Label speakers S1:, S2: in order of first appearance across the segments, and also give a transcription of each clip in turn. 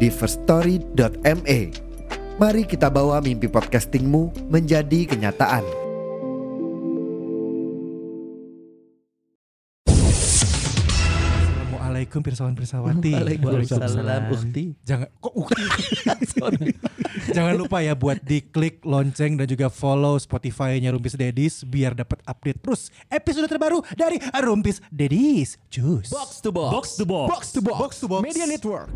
S1: di firststory.me. Mari kita bawa mimpi podcastingmu menjadi kenyataan.
S2: Assalamualaikum pirsawan pirsawati.
S3: Iya,
S4: Waalaikumsalam Ah, Ukti.
S2: Jangan kok ukti. Jangan lupa ya buat diklik lonceng dan juga follow Spotify-nya Rumpis Dedis biar dapat update terus episode terbaru dari Rumpis Dedis. Cus.
S4: Box to box.
S5: Box to box.
S4: Box to box.
S2: Box to box.
S4: Media Network.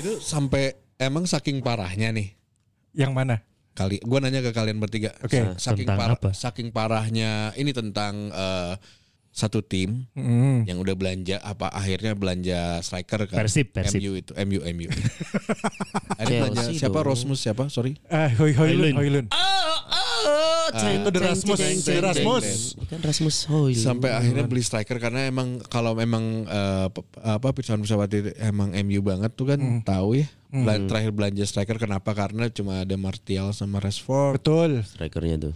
S6: Itu sampai emang saking parahnya nih
S2: Yang mana?
S6: kali gua nanya ke kalian bertiga.
S2: Oke.
S6: Sa- Saking
S5: Tentang
S6: parah
S5: apa?
S6: saking parahnya ini tentang eh, satu tim
S2: Hmm.
S6: yang udah belanja apa akhirnya belanja striker kan.
S5: Persib, Persib.
S6: MU itu, MU MU. Ada belanja
S4: Chelsea
S6: siapa
S4: dong.
S6: Rosmus siapa? Sorry.
S2: Eh, hoi hoilun,
S5: Hoylun.
S2: hoilun.
S6: ceng,
S2: Itu The Rasmus, The Rasmus.
S4: Bukan Rasmus Hoyle.
S6: Sampai akhirnya beli striker karena emang kalau memang eh, pe- apa pirsawan pesawat emang MU banget tuh kan
S2: Mm.
S6: tahu ya. Bela- Terakhir belanja striker kenapa? Karena cuma ada Martial sama Rashford.
S2: Betul.
S4: strikernya tuh.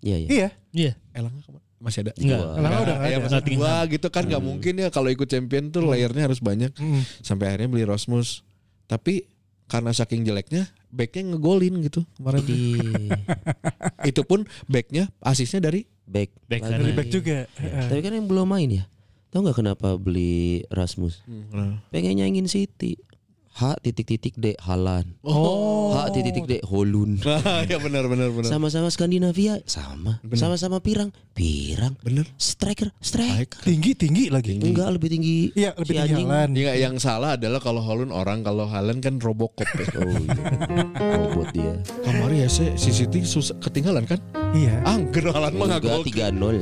S4: Iya iya.
S2: Iya.
S5: Iya.
S6: Elanga kemana? masih ada.
S5: Enggak.
S4: Wah.
S2: Elanga udah nggak
S4: Iya,
S6: ya,
S2: ada.
S6: maksud
S5: Nottingham.
S6: gua gitu kan nggak
S4: Hmm.
S6: mungkin ya kalau ikut champion tuh layernya harus banyak
S2: Hmm.
S6: sampai akhirnya beli Rosmus tapi karena saking jeleknya backnya ngegolin gitu kemarin
S4: Jadi
S6: itu pun backnya asisnya dari
S4: back.
S5: Back
S4: lagi.
S2: Dari back juga.
S3: Iya.
S2: Eh,
S4: Tapi kan yang belum main ya. Tahu nggak kenapa beli Rasmus?
S6: Nah.
S4: Pengen nyanyiin City. H titik titik D Halan.
S6: oh
S4: H titik titik D Holun.
S6: ya benar benar benar
S4: Sama-sama Skandinavia, sama. Sama-sama pirang, pirang.
S6: benar
S4: Striker, striker.
S2: Tinggi tinggi lagi.
S4: Enggak lebih tinggi.
S2: Iya, lebih
S4: si
S2: tinggi
S4: anjing.
S2: Haaland.
S6: Ya, yang salah adalah kalau Holun orang kalau Haaland kan Robocop ya.
S4: Oh iya. Robot dia.
S6: Kemarin ya si si City susah ketinggalan kan?
S2: Iya.
S6: Angger Haaland mah nggak
S4: Enggak
S6: gol.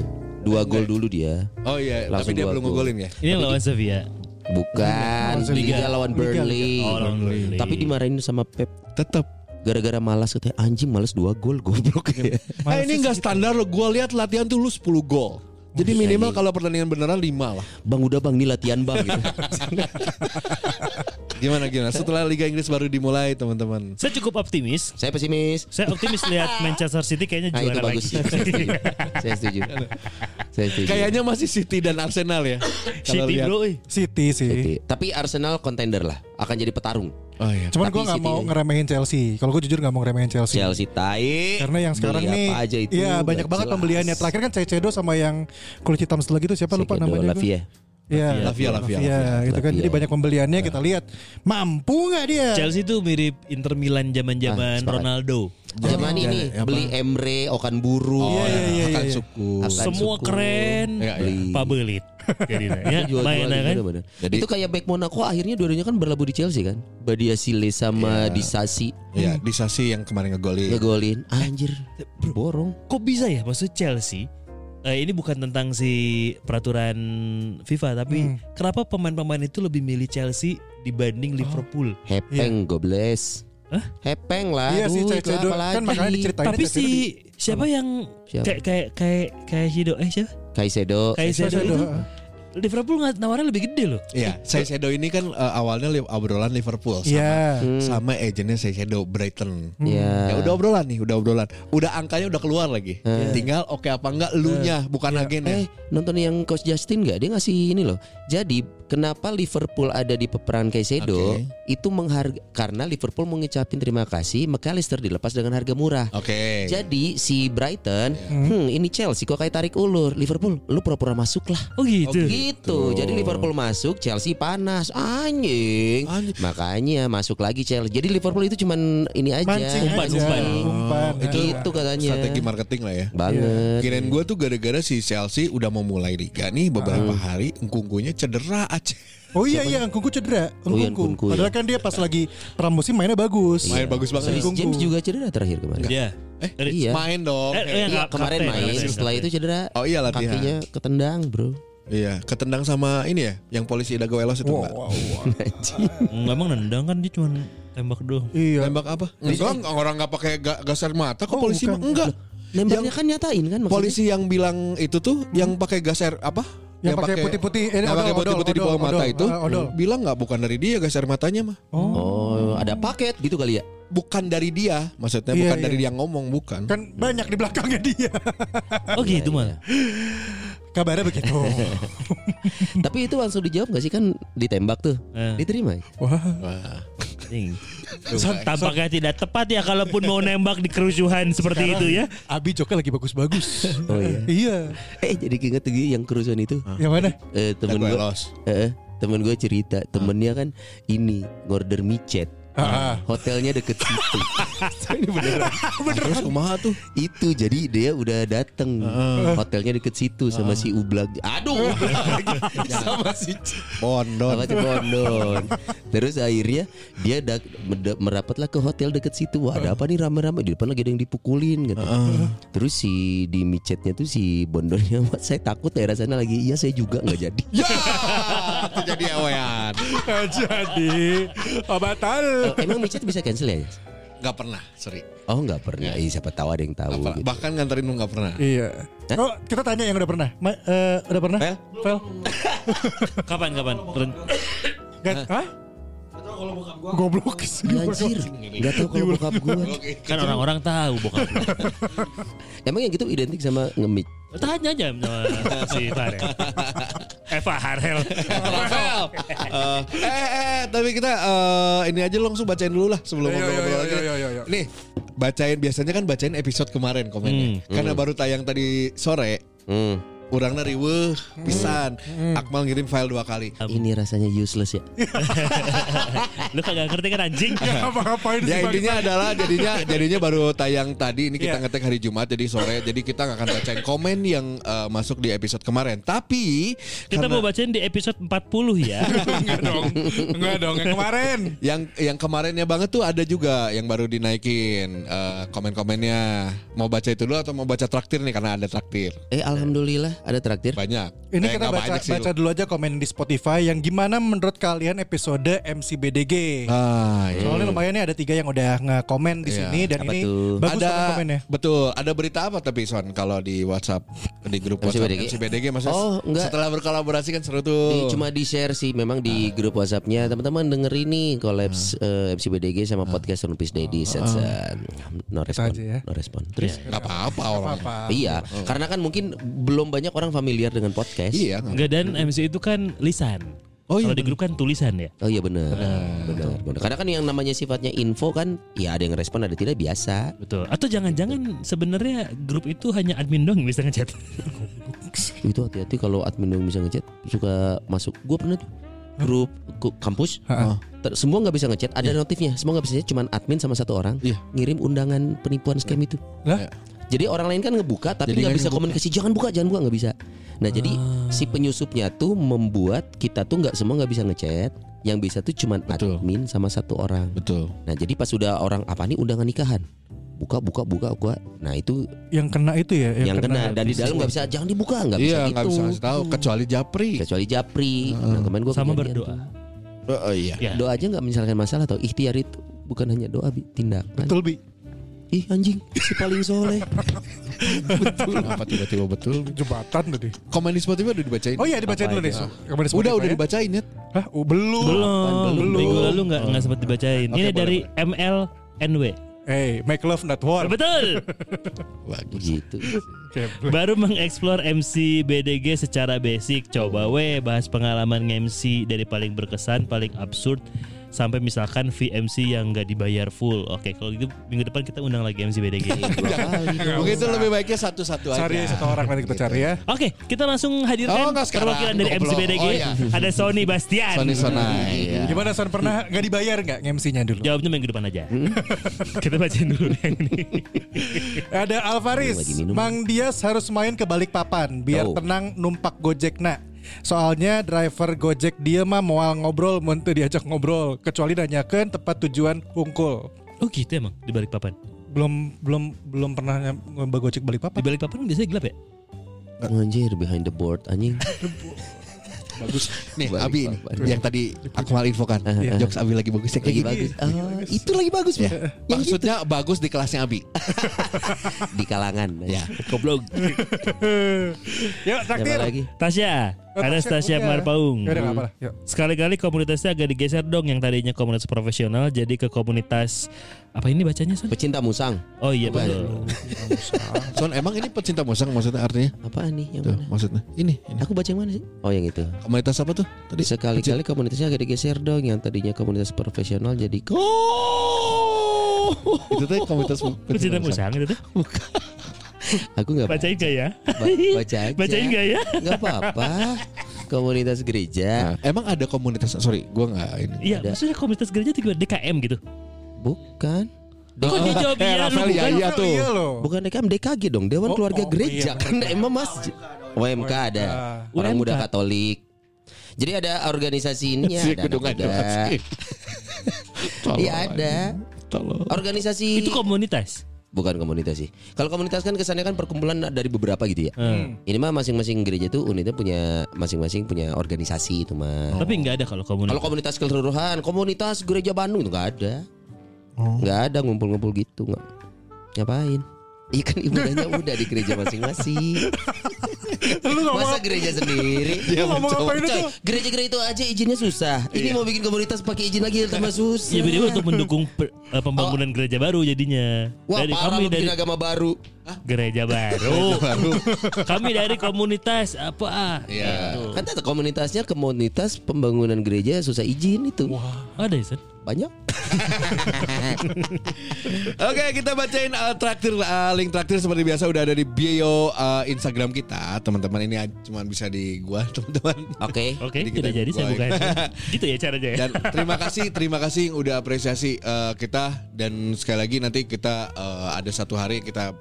S4: 3-0. Dua gol dulu dia.
S6: Oh iya,
S4: Langsung
S6: tapi dia
S4: dua
S6: belum
S4: gol.
S6: ngegolin ya.
S5: Ini yang lawan Sevilla.
S4: Bukan,
S5: Liga.
S4: Liga lawan Burnley.
S5: Oh, lawan Burnley.
S4: Tapi dimarahin sama Pep
S6: Tetap
S4: gara-gara malas katanya anjing malas dua gol goblok ya.
S6: Eh ini nggak standar lo. Gue lihat latihan tuh lu 10 gol. Jadi minimal kalau pertandingan beneran 5 lah.
S4: Bang udah Bang ini latihan Bang gitu.
S6: Gimana gimana? Setelah Liga Inggris baru dimulai teman-teman.
S5: Saya cukup optimis.
S4: Saya pesimis.
S5: Saya optimis lihat Manchester City kayaknya
S4: Nah, itu
S5: juara
S4: bagus.
S5: lagi.
S4: Saya setuju. Saya setuju. Saya setuju.
S6: Kayaknya masih City dan Arsenal ya. Kalau
S5: City
S6: lihat.
S5: bro. eh.
S2: City sih.
S4: Oke, Tapi Arsenal contender lah, akan jadi petarung.
S6: Oh iya.
S2: Cuman
S4: Tapi
S2: gue nggak
S4: City
S2: mau
S4: ya.
S2: ngeremehin Chelsea. Kalau gue jujur nggak mau ngeremehin Chelsea.
S4: Chelsea tai.
S2: Karena yang sekarang
S4: Beli
S2: nih,
S4: apa aja itu
S2: iya banyak
S4: nggak
S2: banget
S4: jelas.
S2: pembeliannya. Terakhir kan Cecedo sama yang kulit hitam setelah gitu siapa lupa
S4: Sekedo,
S2: namanya? gue?
S4: Lavia.
S2: Iya,
S6: Lavia, Lavia,
S2: Iya, itu kan.
S4: Lavia. Nah.
S2: Jadi banyak pembeliannya kita lihat mampu nggak dia?
S5: Chelsea tuh mirip Inter
S4: Ah,
S5: Milan zaman-zaman
S4: sepakat.
S5: Ronaldo.
S4: Zaman ini beli Emre, Okan Buru,
S6: Oh,
S2: iya, iya,
S6: akan
S2: iya.
S6: suku.
S4: Akan
S5: Semua
S4: suku.
S5: keren.
S6: Iya, iya.
S4: Beli.
S5: Pabelit. Jadi
S4: Itu
S5: ya,
S4: jual-jual
S5: mainnya
S4: gitu,
S5: kan.
S4: bener-bener.
S6: Jadi-
S4: itu kayak back Monaco akhirnya dua-duanya kan berlabuh di Chelsea kan. Badia Sile sama Disasi
S6: Iya, Eh, di Sasi yang kemarin ngegolin.
S4: ngegolin. Anjir, borong.
S5: Kok bisa ya maksud Chelsea? eh, ini bukan tentang si peraturan FIFA
S4: Hmm.
S5: tapi kenapa pemain-pemain itu lebih milih Chelsea
S4: Oh.
S5: dibanding Liverpool?
S4: Hepeng
S6: Iya.
S4: gobles.
S5: Hah?
S4: Hepeng lah.
S2: Iya sih,
S4: duit lah,
S2: Cecedo.
S4: apalagi.
S2: Kan makanya diceritain
S5: Tapi
S2: Cecedo
S5: si
S2: di-
S5: siapa yang
S4: Siapa? Oh,
S5: kayak kayak kayak kayak Hido eh siapa?
S4: Kaisedo.
S5: Kayak Sedo
S2: Cecedo. ah,
S5: itu Liverpool nggak nawarnya lebih gede loh.
S6: Iya, Saisedo ini kan eh, awalnya li- obrolan Liverpool sama
S2: Iya.
S4: Hmm.
S6: sama agennya Saisedo Brighton.
S4: Ya.
S6: Ya udah obrolan nih, udah obrolan. Udah angkanya udah keluar lagi. Tinggal oke apa enggak elunya, bukan
S4: Eh
S6: agennya.
S4: nonton yang Coach Justin nggak? Dia ngasih ini loh. Jadi kenapa Liverpool ada di peperangan Kaisedo?
S6: Oke.
S4: Itu mengharga karena Liverpool mau ngecapin terima kasih McAllister dilepas dengan harga murah.
S6: Oke. Iya.
S4: Jadi hmm, si Brighton, hmm, ini Chelsea kok kayak tarik ulur. Liverpool, lu pura-pura masuk lah.
S5: Oh gitu.
S4: Gitu. gitu. Jadi Liverpool masuk, Chelsea panas. Anjing.
S6: Anjing.
S4: Makanya masuk lagi Chelsea. Jadi Liverpool itu cuman ini aja.
S2: Mancing
S5: Umpan,
S2: aja.
S5: umpan.
S2: Umpan,
S4: Itu
S2: ya.
S4: gitu katanya.
S6: Strategi marketing lah ya.
S4: banget.
S6: Kirain gue tuh gara-gara si Chelsea udah mau mulai liga nih beberapa
S2: Ah.
S6: hari engkungkunya cedera aja.
S2: Oh iya iya, Angkungku cedera.
S4: Oh iya,
S2: Angkungku.
S4: Nkunku, ya.
S2: Padahal kan dia pas lagi pramusim mainnya bagus.
S6: Main bagus banget.
S4: Reece
S2: Nkunku.
S4: James juga cedera terakhir kemarin.
S5: Iya.
S6: Eh,
S4: Iya.
S6: main dong.
S5: Eh, eh,
S4: Iya,
S5: nggak,
S4: kemarin
S5: kapten,
S4: main,
S5: kapten,
S4: setelah itu
S5: kapten.
S4: cedera.
S6: Oh iya latihan.
S4: Kakinya ketendang, Bro.
S6: Iya, ketendang sama ini ya, yang polisi Dago Elos itu Mbak.
S5: Nggak, emang nendang kan dia cuma tembak doang.
S2: Iya.
S6: Tembak apa? Enggak, orang nggak pakai ga- gasar mata kok
S2: Oh,
S6: polisi
S2: bukan.
S6: mah. enggak.
S4: Nembaknya kan nyatain kan maksudnya.
S6: Polisi yang bilang itu tuh yang pakai gas air apa?
S2: Yang pakai putih-putih, eh,
S6: yang
S2: odol,
S6: pakai
S2: odol,
S6: putih-putih di
S2: odol,
S6: bawah mata
S2: odol,
S6: itu
S2: eh, odol.
S6: bilang nggak bukan dari dia gas air matanya mah.
S4: Oh, ada paket gitu kali ya.
S6: Bukan dari dia, maksudnya
S2: Iya,
S6: bukan
S2: iya.
S6: dari dia ngomong, bukan.
S2: Kan banyak di belakangnya dia.
S4: Ah,
S5: Oh gitu
S4: iya,
S5: mah.
S2: Kabarnya begitu.
S4: Tapi itu langsung dijawab gak sih kan ditembak tuh.
S5: Eh.
S4: Diterima.
S2: Wah.
S6: Wah.
S5: Ing. Tampaknya tidak tepat ya kalaupun mau nembak di kerusuhan seperti itu ya.
S2: Abi Joka lagi bagus-bagus.
S4: Oh, iya.
S2: iya. Ah.
S4: Eh jadi inget lagi yang kerusuhan itu.
S2: Yang mana?
S4: Eh, temen
S6: Dago
S4: gue
S6: Elos.
S4: eh, eh, temen gue cerita temennya kan ini ngorder micet.
S2: Ah.
S4: Hotelnya deket situ. Ini beneran.
S6: Terus kumaha tuh?
S4: Itu jadi dia udah dateng. Hotelnya deket situ sama si Ublag. Aduh.
S2: Sama si
S6: Bondon.
S4: Sama si Bondon. Terus akhirnya dia dak- meda- merapatlah ke hotel deket situ. Wah ada apa nih rame-rame di depan lagi ada yang dipukulin gitu. Terus si di micetnya tuh si Bondonnya "Wah, saya takut daerah sana lagi. Iya saya juga nggak jadi.
S6: Ya, itu jadi awean.
S2: Jadi Oh,
S4: Eh,
S2: Abatal.
S4: Emang micet bisa cancel ya?
S6: Gak pernah, seri.
S4: Oh nggak pernah. Ih, siapa tahu ada yang tahu.
S6: Nggak pernah.
S4: gitu.
S6: Bahkan nganterin lu gak pernah.
S2: Iya. Oh, kita tanya yang udah pernah. Ma- eh, udah pernah?
S4: Fel?
S2: Fel?
S5: Kapan kapan? Ren-
S2: Gak, hah? Eh? Goblok
S4: Anjir, nggak tahu kalau bokap gue.
S5: Kan orang-orang tahu bokap. lu.
S4: Emang yang gitu identik sama ngemik.
S5: Tanya aja sama si ya. Farel. Eva Harel.
S6: Eh, eh, eh, tapi kita eh, ini aja langsung bacain dulu lah sebelum
S2: Ayo,
S6: ngobrol-ngobrol
S2: ayo,
S6: lagi.
S2: ayo, ayo, ayo.
S6: Nih, bacain biasanya kan bacain episode kemarin komennya. Karena baru tayang tadi sore,
S4: Hmm.
S6: urangna riweuh pisan. Akmal ngirim file dua kali.
S4: Ini rasanya useless ya.
S5: Lu kagak ngerti kan anjing?
S2: Apa ngapain
S6: Ya intinya adalah jadinya jadinya baru tayang tadi ini kita
S2: Iya.
S6: ngetek hari Jumat jadi sore jadi kita nggak akan bacain komen yang eh, masuk di episode kemarin tapi
S5: Kita mau bacain di episode 40 ya.
S2: Enggak dong. Enggak dong, yang kemarin.
S6: Yang yang kemarinnya banget tuh ada juga yang baru dinaikin eh, komen-komennya. Mau baca itu dulu atau mau baca traktir nih karena ada traktir.
S4: Eh alhamdulillah ada traktir.
S6: Banyak.
S2: Ini
S6: Eh,
S2: kita
S6: nggak
S2: baca
S6: banyak sih.
S2: baca dulu aja komen di Spotify yang gimana menurut kalian episode MCBDG.
S6: Ah, iya.
S2: Soalnya lumayan nih ada tiga yang udah nge-komen di
S6: Iya.
S2: sini dan
S4: Eh. Apa
S2: ini
S4: tuh?
S2: bagus
S6: ada
S2: komen komennya.
S6: betul ada berita apa tapi Son kalau di WhatsApp di grup WhatsApp
S4: MCBDG?
S6: MCBDG maksudnya
S4: Oh, enggak.
S6: setelah berkolaborasi kan seru
S4: Di-
S6: tuh
S4: cuma di share sih memang di grup WhatsAppnya teman-teman denger ini kolaps eh, MC BDG sama podcast One Piece Daddy set set. no respon
S2: aja ya.
S4: no respon terus
S6: nggak apa-apa orang
S2: Apa?
S4: iya karena kan mungkin belum banyak orang familiar dengan podcast
S6: iya nggak-
S5: Enggak dan MC itu kan lisan.
S6: Oh, iya,
S5: Kalau di grup kan tulisan ya.
S4: oh iya benar benar benar karena kan yang namanya sifatnya info kan ya ada yang respon ada tidak biasa
S5: Betul. Atau jangan-jangan sebenarnya grup itu hanya admin doang yang bisa ngechat.
S4: itu hati-hati kalau admin yang bisa ngechat suka masuk gua pernah tuh grup ku- kampus Ter- semua nggak bisa ngechat ada notifnya semua nggak bisa ngechat cuman admin sama satu orang
S6: Iya.
S4: ngirim undangan penipuan scam itu Iya.
S2: Lah?
S4: Jadi orang lain kan ngebuka tapi nggak
S6: Jadi nggak
S4: bisa
S6: ngebuka. Ah.
S4: komunikasi. Jangan buka, jangan buka nggak bisa. Nah jadi si penyusupnya tuh membuat kita tuh nggak semua nggak bisa ngechat. Yang bisa tuh cuman
S6: Betul.
S4: admin sama satu orang.
S6: betul
S4: Nah jadi pas sudah orang apa nih undangan nikahan, buka buka buka gua. Nah itu
S2: Yang kena itu ya,
S4: yang, kena. Dan di dalam nggak bisa, jangan dibuka nggak
S6: iya
S4: bisa
S6: nggak
S4: gitu.
S6: bisa ngasih tahu kecuali Japri
S4: Kecuali Japri. Nah, kemarin gua
S5: Sama
S4: kejadian
S5: berdoa.
S4: tuh.
S6: oh, iya
S5: Ya.
S4: Doa aja nggak misalkan masalah atau ikhtiar itu bukan hanya doa Bi. tindakan.
S2: Betul Bi.
S4: Ih anjing si paling soleh.
S6: kenapa tiba-tiba betul
S2: Jembatan tadi.
S6: komen di Spotify udah dibacain
S2: Oh iya dibacain dulu deh. Kemarin
S6: udah udah dibacain ya
S2: Hah? Oh, belum.
S5: Belum,
S2: Belum.
S5: Minggu lalu nggak nggak sempat dibacain.
S6: Oh. Oke,
S5: Ini
S6: boleh,
S5: dari ML NW.
S2: Hey, make love not war.
S5: Betul.
S6: bagus
S4: Begitu.
S5: Baru mengeksplor MC BDG secara basic. Coba we bahas pengalaman MC dari paling berkesan, paling absurd sampai misalkan VMC yang nggak dibayar full. Oke, kalau gitu minggu depan kita undang lagi MC BDG.
S6: Mungkin itu lebih baiknya satu-satu aja.
S2: Cari satu orang nanti
S4: Gitu.
S2: kita cari ya.
S5: Oke, kita langsung hadirkan
S6: Oh, nggak sekarang.
S5: perwakilan dari MC
S6: Goblok.
S5: BDG.
S6: Oh, iya.
S5: Ada Sony Bastian.
S6: Sony Sonai.
S4: Iya.
S6: ya.
S2: Gimana Son pernah nggak dibayar nggak MC-nya dulu?
S5: Jawabnya minggu depan aja. kita bacain dulu deh yang ini.
S2: Ada Alvaris,
S4: Lagi minum.
S2: Mang Dias harus main ke balik papan biar
S4: Oh.
S2: tenang numpak Gojek nak. Soalnya driver Gojek dia mah mual ngobrol muntu diajak ngobrol kecuali nanyakan tempat tujuan Hungkul.
S5: Oh gitu emang di balik papan.
S2: Belum belum belum pernah nyoba Gojek balik
S5: Di
S2: papan.
S5: balik papan biasanya gelap ya?
S4: Anjir behind the board anjing.
S6: Bagus. Nih
S4: Balik
S6: Abi ini
S4: papan.
S6: yang tadi Akmal infokan. Jokes Abi lagi bagus. Yang kayak
S2: Iya,
S4: Lagi
S6: gini.
S4: bagus. gitu. Ah, itu lagi bagus, Pak. Yang
S6: Maksudnya bagus di kelasnya Abi.
S4: di kalangan.
S6: Ya.
S5: Goblok.
S2: Yuk
S4: Siapa
S2: traktir.
S4: lagi?
S5: Tasya,
S2: Oh,
S5: ada Tasya
S2: udah.
S5: Marpaung.
S2: Ya udah nggak apa-apa. Yuk.
S5: Sekali-kali komunitasnya agak digeser dong yang tadinya komunitas profesional jadi ke komunitas apa ini bacanya Son?
S4: Pecinta musang.
S5: Oh iya
S4: Bukan.
S5: betul.
S6: Son emang ini pecinta musang maksudnya artinya?
S4: Apaan nih yang
S6: Tuh,
S4: mana?
S6: maksudnya. Ini, ini.
S4: Aku baca yang mana sih? Oh yang itu.
S6: Komunitas apa tuh? Tadi
S4: Sekali-kali komunitasnya agak digeser dong yang tadinya komunitas profesional jadi kok
S5: Oh.
S6: itu tuh komunitas
S5: Pecinta musang itu tuh.
S4: aku nggak
S5: Bacain gak ya?
S4: Ba- baca aja.
S5: Bacain gak ya?
S4: Nggak apa-apa. Komunitas gereja.
S6: Nah, emang ada komunitas sorry, gua nggak ini.
S5: Iya,
S4: Ada.
S5: maksudnya komunitas gereja itu gimana? DKM gitu.
S4: Bukan.
S5: Kok dia jawab
S6: eh,
S5: iya lu
S6: Rafael,
S5: bukan?
S6: iya, iya.
S2: Oh,
S6: tuh.
S2: Iya loh.
S4: Ya, Bukan DKM DKG dong, Dewan
S2: Oh,
S4: Keluarga
S2: oh, iya,
S4: Gereja. kan emang masjid. WMK ada. Orang
S5: UMK.
S4: muda Katolik. Jadi ada organisasi ini
S6: Si
S4: ya, ada anak
S6: gedungan
S4: muda.
S6: doang. Tolong.
S4: Iya ada.
S6: Tolong.
S4: Organisasi
S5: Itu komunitas.
S4: bukan komunitas sih. Kalau komunitas kan kesannya kan perkumpulan dari beberapa gitu ya.
S2: Hmm.
S4: Ini mah masing-masing gereja tuh unitnya punya masing-masing punya organisasi itu mah.
S5: Tapi nggak ada kalau
S4: Kalau
S5: komunitas.
S4: komunitas keseluruhan, komunitas gereja Bandung itu nggak ada. Nggak ada ngumpul-ngumpul gitu nggak. Ngapain? Iya kan ibadahnya udah di gereja masing-masing.
S2: Lu ngomong
S4: Masa gereja sendiri?
S2: Dia Lu ngomong mencoba. apa itu
S4: Coy,
S2: tuh?
S4: Gereja-gereja itu aja izinnya susah. Ini mau bikin komunitas pakai izin lagi tambah susah.
S5: Iya, BDW untuk mendukung per- eh, pembangunan gereja baru jadinya.
S4: Wah,
S5: dari
S4: parah
S5: kami
S4: lu
S5: dari
S4: bikin agama baru.
S5: gereja baru. kami dari komunitas apa? ah?
S6: Iya.
S5: Gitu.
S4: Kan ada komunitasnya komunitas pembangunan gereja susah izin itu.
S5: Ada ya, Sen?
S4: Banyak.
S6: Oke kita bacain uh, traktir uh, link traktir seperti biasa udah ada di bio uh, Instagram kita teman-teman ini cuma bisa di gua teman-teman
S4: Oke.
S5: Oke,
S6: Jadi kita
S5: tidak jadi saya
S6: mulai.
S5: bukain. gitu ya caranya ya.
S6: dan terima kasih terima kasih yang udah apresiasi uh, kita dan sekali lagi nanti kita uh, ada satu hari kita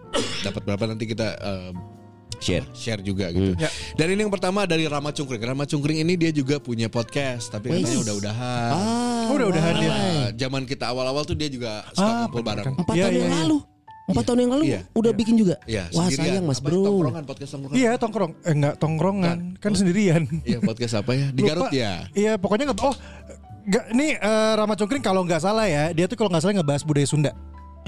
S6: dapat berapa nanti kita uh,
S4: Share.
S6: share juga
S4: Hmm.
S6: gitu.
S2: Ya.
S6: Dan ini yang pertama dari Rama Cungkring. Rama Cungkring ini dia juga punya podcast tapi katanya udah-udahan.
S4: Ah,
S2: udah-udahan dia.
S6: Uh, zaman kita awal-awal tuh dia juga
S2: Ah,
S6: suka kumpul bareng.
S4: Empat
S2: Iya,
S4: tahun
S2: iya,
S4: yang
S2: iya.
S4: lalu. Empat tahun yang lalu
S6: Iya.
S4: udah bikin juga.
S6: Iya,
S4: Wah
S6: sendirian.
S4: sayang mas
S6: Apa sih,
S4: bro.
S6: Tongkrongan, podcast tongkrongan.
S2: Iya tongkrong, eh enggak tongkrongan, kan sendirian.
S6: Iya podcast apa ya? Di
S2: Lupa.
S6: Garut ya.
S2: Iya pokoknya nggak. Oh, nggak. Ini eh, Rama Cungkring kalau nggak salah ya, dia tuh kalau nggak salah ngebahas budaya Sunda.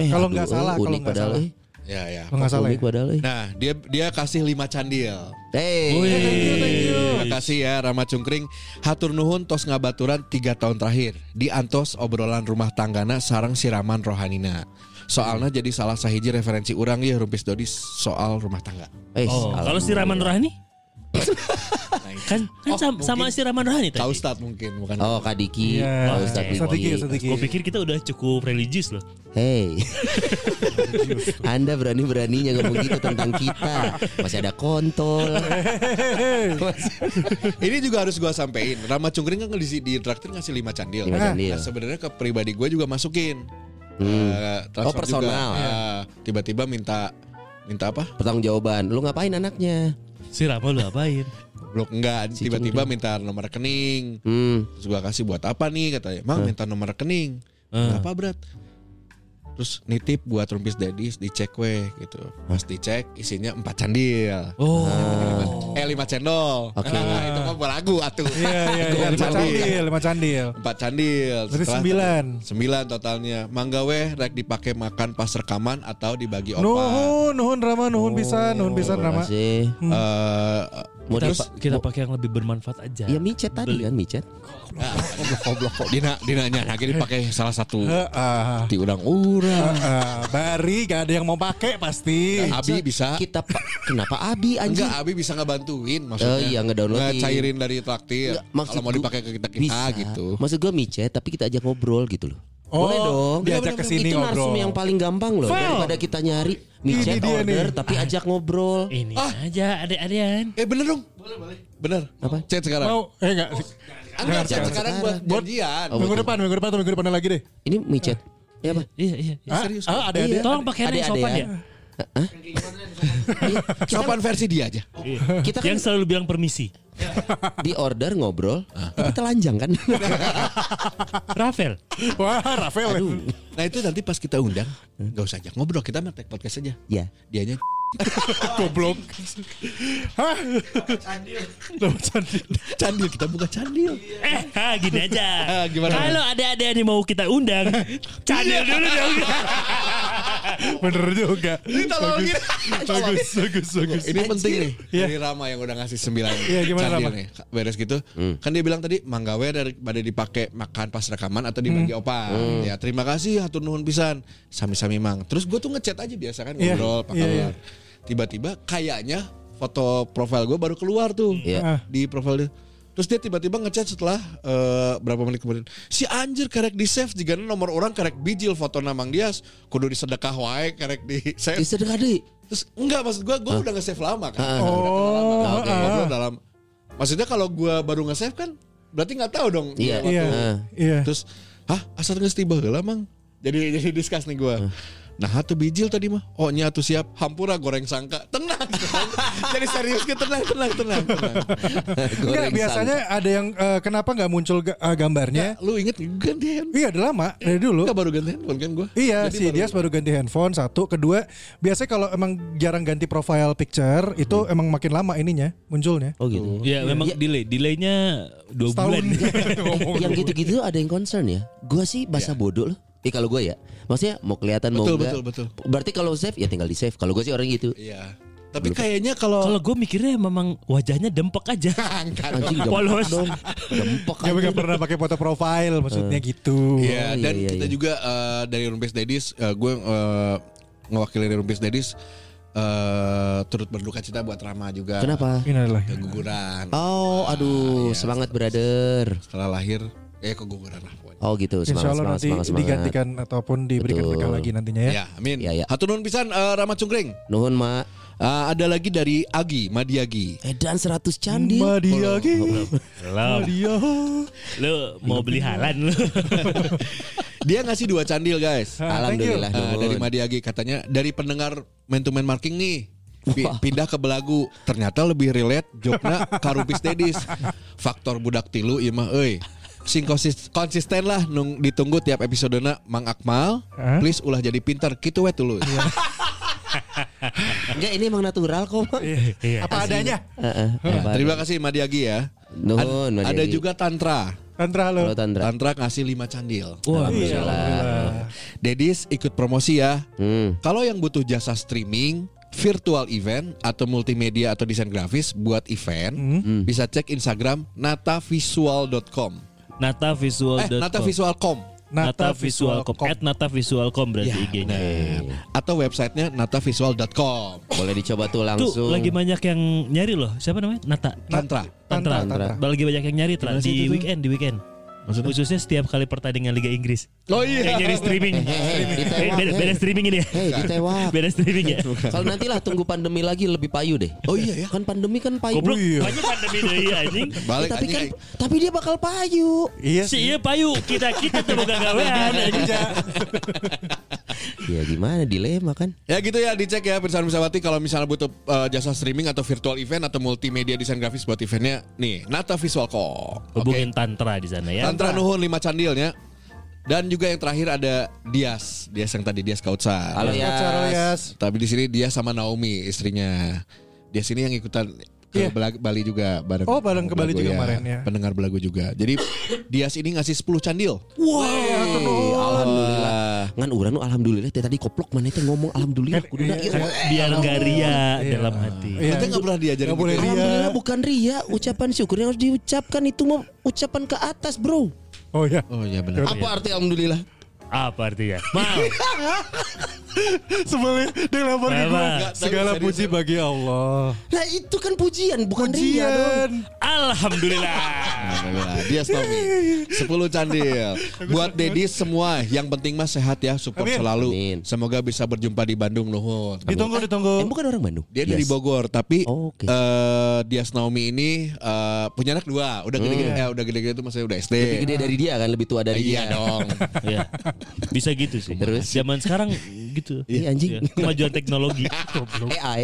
S2: kalau
S4: Eh, aduh,
S2: nggak salah,
S4: unik
S2: kalau nggak
S4: padahal,
S2: salah,
S4: eh.
S6: Ya ya.
S2: kalau nggak salah.
S4: Unik
S2: Ya.
S4: padahal. eh.
S6: Nah dia dia kasih lima candil.
S4: Hey.
S6: Terima kasih ya Rama Cungkring. Hatur nuhun tos ngabaturan tiga tahun terakhir di antos obrolan rumah tanggana sarang siraman rohanina. Soalnya jadi salah sahiji referensi orang ya Rumpis Dodis soal rumah tangga.
S4: Eh,
S5: Oh,
S4: salah.
S5: kalau si Rahman Rohani? kan kan
S6: Oh,
S5: sam- sama,
S6: mungkin.
S5: si Rahman Rohani
S6: Kau
S5: tadi.
S6: Ustadz mungkin bukan.
S4: Oh Kak Diki
S2: Iya.
S4: oh, Ustaz Diki.
S2: Strategi, strategi.
S5: Gue pikir kita udah cukup religius loh.
S4: Hey Anda berani-beraninya ngomong gitu tentang kita Masih ada kontol
S6: Ini juga harus gua sampein. Rama Cungkring kan di, di traktir ngasih lima candil.
S4: Lima candil.
S6: Nah, sebenarnya ke pribadi gue juga masukin.
S4: Hmm.
S6: Eh,
S4: Oh,
S6: transfer
S4: personal.
S6: juga. Eh, Tiba-tiba minta minta apa?
S4: Pertanggung jawaban Lu ngapain anaknya
S5: Si Rahman lu apain?
S6: Blok enggak.
S4: Si
S6: Tiba-tiba
S4: Cungkring.
S6: minta nomor rekening.
S4: hmm.
S6: Terus gua kasih buat apa nih katanya. Mang minta nomor rekening.
S5: Eh.
S6: Apa berat? Terus nitip buat rumpis dadis dicek we gitu. Pas dicek isinya empat candil.
S5: Oh,
S6: Eh lima cendol.
S4: Oke.
S6: Nah, itu mah buat lagu atuh.
S2: Iya iya iya
S6: Bukan
S2: lima candil, lima candil.
S6: Empat candil.
S2: Berarti
S6: Setelah-
S2: sembilan.
S6: Sembilan totalnya. Mangga weh rek dipakai makan pas rekaman atau dibagi opat. Oh,
S2: Nuhun, nuhun Rama, Hmm. nuhun bisa, nuhun bisa
S4: Terima
S2: Rama.
S4: kasih
S6: Eh,
S4: Mau
S5: Kita,
S4: terus
S5: pa- kita pakai yang lebih bermanfaat aja.
S4: Ya micet tadi kan micet.
S6: Goblok kok dina dinanya akhirnya dipakai salah satu
S2: Heeh.
S6: ti udang urang. Kan
S2: Heeh. Ah, Bari gak ada yang mau pakai pasti.
S6: Abi bisa
S4: Kita pa- kenapa Abi anjing?
S6: Enggak, Abi bisa ngebantuin maksudnya.
S4: Eh, iya, ngedownloadin.
S6: Ngecairin dari traktir.
S4: Nggak, Iya, maksud
S6: Kalau mau
S4: gua-
S6: dipakai ke kita kita
S4: Bisa.
S6: gitu.
S4: Maksud gue micet tapi kita ajak ngobrol gitu loh.
S2: Oh,
S4: Boleh dong.
S2: diajak ke sini
S4: Itu narsum
S2: ngobrol.
S4: yang paling gampang loh
S2: Fail.
S4: daripada kita nyari micet
S2: Ini dia
S4: order
S2: nih. Iya.
S4: tapi ajak ngobrol.
S5: Ini aja adik-adian.
S6: Eh bener dong. Boleh, boleh. Bener.
S4: Apa?
S6: Chat sekarang.
S2: Mau eh enggak.
S6: Enggak, chat
S4: jangan
S6: sekarang buat
S4: sekarang.
S6: janjian.
S4: Oh,
S2: minggu
S4: betul.
S2: depan, minggu depan atau minggu depan lagi deh.
S4: Ini micet. Ya apa?
S5: Iya iya. iya.
S2: Ah,
S6: serius,
S2: ah, ada ada.
S5: Tolong pakai yang
S4: Ada-ada
S5: sopan ya.
S4: Iya, kita
S6: Sopan versi dia aja.
S4: kita kan
S5: Yang selalu bilang permisi.
S4: di order ngobrol
S6: Ah.
S4: tapi telanjang kan.
S5: Rafael.
S2: Wah, Rafael.
S6: Nah itu nanti pas kita undang, nggak usah ajak ngobrol, kita mah take podcast aja.
S4: ya.
S6: Dianya
S2: Goblok. Hah? Nama candil.
S6: candil, kita buka candil.
S5: Eh, ha, gini aja.
S6: Ah, gimana?
S5: Kalau adik-adik yang mau kita undang, channel dulu dong.
S2: Bener juga.
S6: Ditolongin.
S2: Bagus, bagus, bagus.
S6: Ini penting nih
S2: Iya.
S6: Dari Rama yang udah ngasih sembilan
S2: Iya, gimana,
S6: candil
S2: Rama?
S6: nih Beres gitu Kan dia bilang tadi Manggawe daripada dipakai makan pas rekaman Atau dibagi
S2: Hmm.
S6: opan Ya terima kasih Hatur nuhun pisan Sami-sami mang Terus gue tuh ngechat aja biasa kan
S2: Iya.
S6: Ngobrol Pak
S2: Iya,
S6: kabar.
S2: iya.
S6: Tiba-tiba kayaknya Foto profil gue baru keluar tuh
S2: Ah.
S4: Iya.
S6: Di profil dia Terus dia tiba-tiba ngechat setelah eh, berapa menit kemudian Si anjir karek di save Jika nomor orang karek bijil foto namang dia Kudu disedekah wae karek di save
S4: Istirahat deh.
S6: Terus enggak maksud gue, gue udah nge-save lama kan.
S4: Ah.
S6: Udah kenal lama kan.
S2: Oh, ah.
S6: Ngobrol dalam. Maksudnya kalau gue baru nge-save kan, berarti nggak tahu dong.
S4: Iya.
S6: dia
S2: Iya.
S6: waktu-
S4: Ah.
S2: Iya.
S6: Terus, hah asal nggak setiba heula mang. Jadi jadi diskus nih gue. Nah hatu bijil tadi mah, oh nya tuh siap, hampura goreng sangka, tenang. tenang. jadi serius gitu, tenang, tenang, tenang. tenang.
S2: Enggak,
S4: Goreng
S2: biasanya ada yang eh, kenapa nggak muncul ga- eh, gambarnya?
S6: Lu inget ganti handphone?
S2: Iya, udah lama dari dulu.
S6: Nggak baru ganti handphone kan gue?
S2: Iya, si Dias baru ganti handphone satu, kedua biasanya kalau emang jarang ganti profile picture itu emang makin lama ininya munculnya.
S4: Oh gitu.
S5: Ya,
S6: Iya,
S5: memang delay. Delaynya dua
S2: Setahun.
S5: bulan.
S2: Ngomong
S4: Eh, yang
S2: dulu.
S4: gitu-gitu ada yang concern ya. Gua sih bahasa bodoh loh. Eh kalau gue ya, maksudnya mau kelihatan mau
S6: Betul,
S4: enggak.
S6: betul, betul.
S4: Berarti kalau save ya tinggal di save. Kalau gue sih orang gitu.
S6: Iya. Tapi kayaknya kalau
S5: Kalau gue mikirnya memang wajahnya dempek aja.
S4: Anjing udah
S5: Polos.
S4: empuk dong. Udah empuk
S2: Ya
S4: anjing.
S2: nggak pernah pakai foto profile maksudnya gitu.
S6: Iya,
S4: Oh,
S6: dan
S4: iya, iya,
S6: kita
S4: iya.
S6: juga eh, dari Rumpis Daddies, eh, gue eh, mewakili dari Rumpis Daddies eh, turut berduka cita buat Rama juga.
S4: Kenapa?
S2: Innalillahi.
S6: Keguguran.
S4: Oh, aduh, semangat brother.
S6: Setelah lahir, eh keguguran lah pokoknya.
S4: Oh gitu,
S2: Insya
S4: semangat
S2: Allah
S4: semangat
S2: nanti
S4: semangat semangat.
S2: digantikan ataupun diberikan
S4: Betul.
S2: berkah lagi nantinya ya.
S6: Ya, amin.
S4: Iya, iya.
S6: Hatur nuhun pisan eh, Rama Cungkring.
S4: Nuhun mak.
S6: Eh, ada lagi dari Agi, Madiagi.
S4: Edan 100 candil.
S2: Madia Ki.
S5: Belum.
S2: Madia.
S5: Lu mau beli halan lu.
S6: Dia ngasih dua candil, guys.
S2: Ah, thank you.
S4: Alhamdulillah
S6: Eh,
S4: nuhun.
S6: dari Madiagi katanya dari pendengar man to man marking nih Pi-
S4: Wah.
S6: pindah ke belagu ternyata lebih relate jobna karupis dedis faktor budak tilu ieu mah euy sing konsis- konsisten lah nung ditunggu tiap episodena Mang Akmal
S2: Hah?
S6: please ulah jadi pintar kitu we tulus
S4: Iya. Enggak, ini emang natural kok. Mak.
S5: Iya.
S2: Apa adanya?
S4: Heeh, apa-
S6: terima kasih Madiagi ya
S4: Nuhun, Madiagi.
S6: Ad- ada juga Tantra
S2: Tantra Iya, lo.
S4: Halo Tantra.
S6: Tantra ngasih 5 candil
S5: Wah,
S6: Dedis ikut promosi ya
S4: Hmm.
S6: Kalau yang butuh jasa streaming, virtual event atau multimedia atau desain grafis buat event,
S4: Hmm.
S6: bisa cek Instagram natavisual.com.
S5: natavisual.com.
S6: Eh, natavisual.com.
S5: Natavisual.com. At natavisual.com berarti IG-nya.
S6: Ya, Atau websitenya natavisual.com.
S4: Boleh dicoba tuh
S5: Tuh
S4: langsung.
S5: lagi banyak yang nyari loh. Siapa namanya? Nata.
S6: Tantra.
S5: Tantra.
S2: Tantra.
S5: Lagi banyak yang nyari Tra.
S6: sih itu
S5: di
S6: tuh?
S5: weekend, di weekend. Khususnya setiap kali pertandingan Liga Inggris.
S6: Oh iya.
S5: Yang nyari streaming.
S4: ditewak,
S5: Eh, beda,
S4: hey.
S5: beda streaming ini ya.
S4: Hei, ditewak.
S5: Beda streaming ya.
S4: Kalau nantilah tunggu pandemi lagi lebih payu deh.
S6: Oh iya ya.
S4: Kan pandemi kan payu.
S5: Goblok,
S2: iya.
S5: banyak pandemi deh iya anjing.
S6: Balik
S4: tapi kan
S6: anjing,
S4: tapi dia bakal payu.
S2: Iya
S5: Si
S2: sih.
S5: iya payu, kita-kita tuh bukan gawean anjing.
S4: Ya gimana dilema kan?
S6: Ya gitu ya dicek ya Pirsan Misawati kalau misalnya butuh eh, jasa streaming atau virtual event atau multimedia desain grafis buat eventnya nih natavisual.com. Oke.
S5: Hubungin Tantra di sana ya.
S6: Tantra Nuhun 5 candilnya. Dan juga yang terakhir ada Dias, Dias yang tadi Dias Kautsa.
S4: Halo ya.
S2: Pacar Yas.
S6: Tapi di sini dia sama Naomi istrinya. Dia sini yang ikutan ke
S2: Iya.
S6: Bela- Bali juga bareng.
S2: Oh, bareng ke Bali
S6: Belagu
S2: juga kemarin, ya.
S6: Pendengar belagu juga. Jadi dia sini ngasih 10 candil.
S4: Alhamdulillah.
S6: Wah.
S4: ngan urang nu alhamdulillah teh tadi koplok mana teh ngomong alhamdulillah
S2: Kan,
S4: kuduna
S2: iya,
S4: ieu.
S2: kan,
S5: biar gak ria
S2: Iya.
S5: dalam hati.
S2: Iya.
S6: Kita nggak pernah diajarin
S2: Nggak boleh
S6: gitu.
S2: ria.
S4: Alhamdulillah bukan ria, ucapan syukur yang harus diucapkan itu mau ucapan ke atas, Bro.
S2: Oh ya.
S6: Oh iya benar.
S4: Apa arti alhamdulillah?
S5: Apa artinya? Mau.
S2: Sebelum dia lapor
S5: ke gua, Memang.
S2: Segala puji bagi Allah.
S4: Nah, itu kan pujian, bukan ria dong.
S5: Alhamdulillah.
S6: Alhamdulillah. Ah, Dia Tommy 10 candil Buat Dedi semua Yang penting mah sehat ya Support
S2: Amin.
S6: selalu
S4: Amin.
S6: Semoga bisa berjumpa di Bandung Nuhun Gitu.
S2: Ditunggu,
S4: eh,
S2: ditunggu.
S4: Em, bukan orang Bandung.
S6: Dia dari
S4: Yes.
S6: Bogor Tapi
S4: Oh, oke.
S6: eh, Dias Naomi ini eh, Punya anak dua
S4: Hmm.
S6: Udah gede-gede eh, Udah gede-gede itu maksudnya udah SD
S4: Lebih gede dari dia kan, lebih tua dari
S6: Iya
S4: dia.
S6: dong
S5: ya. Bisa gitu sih.
S4: Terus?
S5: zaman sekarang gitu.
S4: Iya, anjing.
S5: Ya, Kemajuan teknologi. Goblok.
S4: Eh, AI.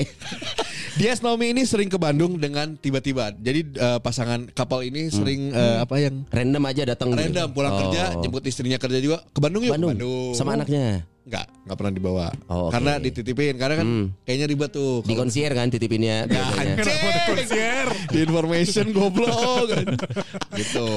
S6: Dias Naomi ini sering ke Bandung Dengan tiba-tiba Jadi eh, pasangan Couple
S4: Hmm.
S6: ini sering eh, Apa yang
S4: Random aja datang. gitu.
S6: Random pulang
S4: Oh.
S6: kerja Jemput istrinya kerja juga Ke Bandung yuk
S4: Bandung.
S6: Ke Bandung
S4: Sama anaknya.
S6: Enggak, enggak pernah dibawa.
S4: Oh, oke.
S6: Karena dititipin, karena kan
S4: Hmm.
S6: kayaknya ribet tuh.
S4: Di
S6: Kalau-
S4: konsier kan
S6: Nah,
S4: titipinnya biasanya.
S6: Anjing. Di information goblok Gitu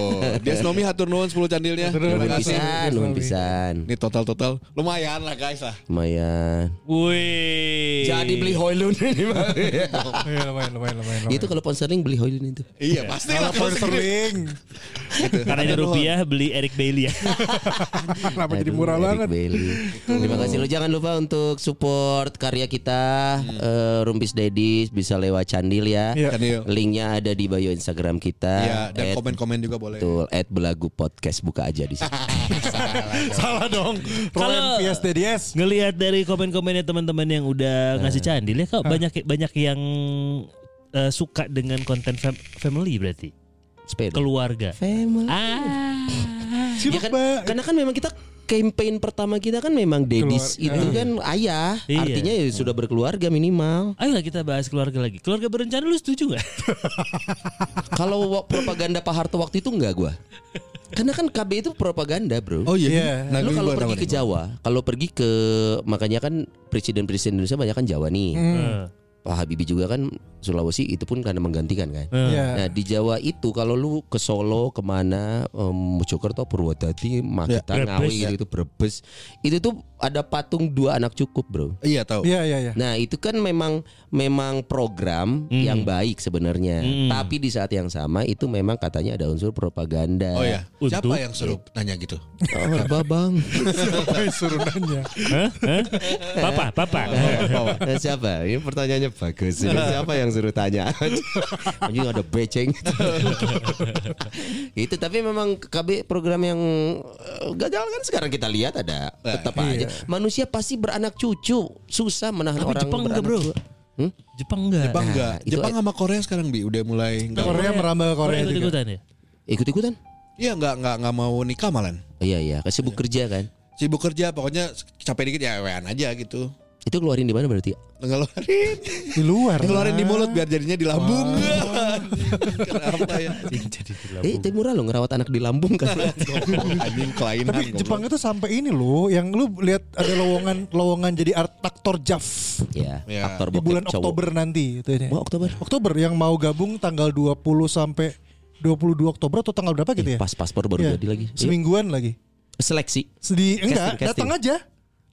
S6: Dia Nomi hatur nuhun 10 candilnya
S2: Hatur nuhun.
S6: Terima
S4: Nuhun
S6: kasih
S4: pisan, nuhun pisan.
S6: Ini total-total Lumayan lah guys lah
S4: Lumayan.
S5: Wih.
S4: Jadi beli hoilun ini mah.
S2: Iya, lumayan, lumayan, lumayan.
S4: Itu kalau ponseling beli hoilun itu.
S6: Iya pasti Gitu. lah
S2: sering.
S5: Karena ini rupiah beli Eric Bailey ya.
S2: Kenapa jadi
S4: Aduh,
S2: murah
S4: Eric
S2: banget?
S4: Bailey. Terima kasih lo jangan lupa untuk support karya kita eh, Rumpis Dedis bisa lewat Candil ya.
S2: Hmm. Iya.
S6: Candil.
S4: Linknya ada di bio Instagram
S6: Iya
S4: kita.
S6: dan
S4: At-
S6: komen-komen juga boleh
S4: eh, Betul, at belagu podcast buka aja di situ.
S2: Salah dong. Roland
S5: Kalau-
S2: Pias Dedies.
S4: Ya
S5: Ngelihat dari komen-komennya teman-teman yang udah ngasih candil ya kok banyak banyak yang eh, suka dengan konten fam- family berarti.
S4: Sepeda.
S5: Keluarga.
S4: Family.
S5: Ah.
S4: Ya kan, karena kan memang kita campaign pertama kita kan memang Dedis
S2: Keluar-
S4: itu kan ayah,
S5: Iya.
S4: artinya ya sudah berkeluarga minimal.
S5: Ayolah kita bahas keluarga lagi. Keluarga berencana lu setuju gak?
S4: Kalau wa- propaganda Pak Harto waktu itu enggak gua. Karena kan KB itu propaganda, Bro.
S6: Oh iya
S2: Iya.
S6: Nah,
S4: lu
S6: gue
S4: kalau
S6: baru
S4: pergi
S6: tahu
S4: ke
S6: nih.
S4: Jawa, kalau pergi ke makanya kan presiden-presiden Indonesia banyak kan Jawa nih.
S3: Hmm.
S5: Eh.
S4: Pak Habibie juga kan Sulawesi itu pun karena menggantikan kan.
S2: Iya.
S4: Nah di Jawa itu kalau lu ke Solo kemana um, Mojokerto Purwodadi Magetan
S5: Ya,
S4: Ngawi
S5: Brebes.
S4: gitu, itu Brebes itu tuh ada patung dua anak cukup bro.
S6: Iya tahu
S2: Iya, iya, iya.
S4: Nah itu kan memang memang program
S5: Hmm.
S4: yang baik sebenarnya.
S5: Hmm.
S4: Tapi di saat yang sama itu memang katanya ada unsur propaganda.
S6: Oh iya Siapa
S5: Untuk-
S6: yang suruh nanya gitu
S4: Oh, apa, bang?
S2: Woi, suruh nanya.
S5: Hah? Hah? Papa, papa.
S4: Eh, siapa? Ini pertanyaannya bagus. Ini siapa yang suruh tanya? Anjing ada beceng. itu tapi memang KB program yang eh, gagal kan sekarang kita lihat ada
S5: Nah,
S4: tetap aja. Manusia pasti beranak cucu, susah menahan
S5: iya. Tapi
S4: orang
S5: Jepang enggak,
S4: beranak
S5: Bro.
S4: cucu. Hmm?
S5: Jepang enggak.
S6: Jepang enggak
S4: itu-
S6: Jepang sama Korea sekarang Bi Udah mulai enggak
S2: Korea merambah ke Korea
S5: ikut
S2: juga.
S5: ikutan ya.
S4: Ikut-ikutan?
S6: Iya enggak, enggak, enggak mau nikah malan
S4: Oh, iya iya, kasih sibuk kerja kan.
S6: Sibuk kerja pokoknya capek dikit ya wean aja gitu
S4: Itu keluarin di mana berarti?
S6: Ngeluarin
S2: Di luar.
S6: Ngeluarin
S2: lah.
S6: di mulut biar jadinya di lambung Kenapa ya
S5: Jadi
S4: Eh, itu murah loh ngerawat anak di lambung kan.
S6: Anjing kelainan
S2: Tapi
S6: goblok.
S2: Jepang itu sampai ini loh, yang lu lihat ada lowongan lowongan jadi art aktor JAF
S4: ya,
S6: Iya.
S4: aktor
S2: di
S4: bokep
S2: bulan
S4: cowok. Iya.
S2: Oktober nanti itu ini.
S4: Wah, Oktober.
S2: Oktober yang mau gabung tanggal 20 sampai 22 Oktober atau tanggal berapa gitu ya?
S4: Pas Eh, paspor baru
S2: Iya.
S4: jadi lagi. Iya.
S2: Semingguan lagi.
S4: Seleksi.
S2: Sedih enggak,
S4: Casting, casting.
S2: datang aja.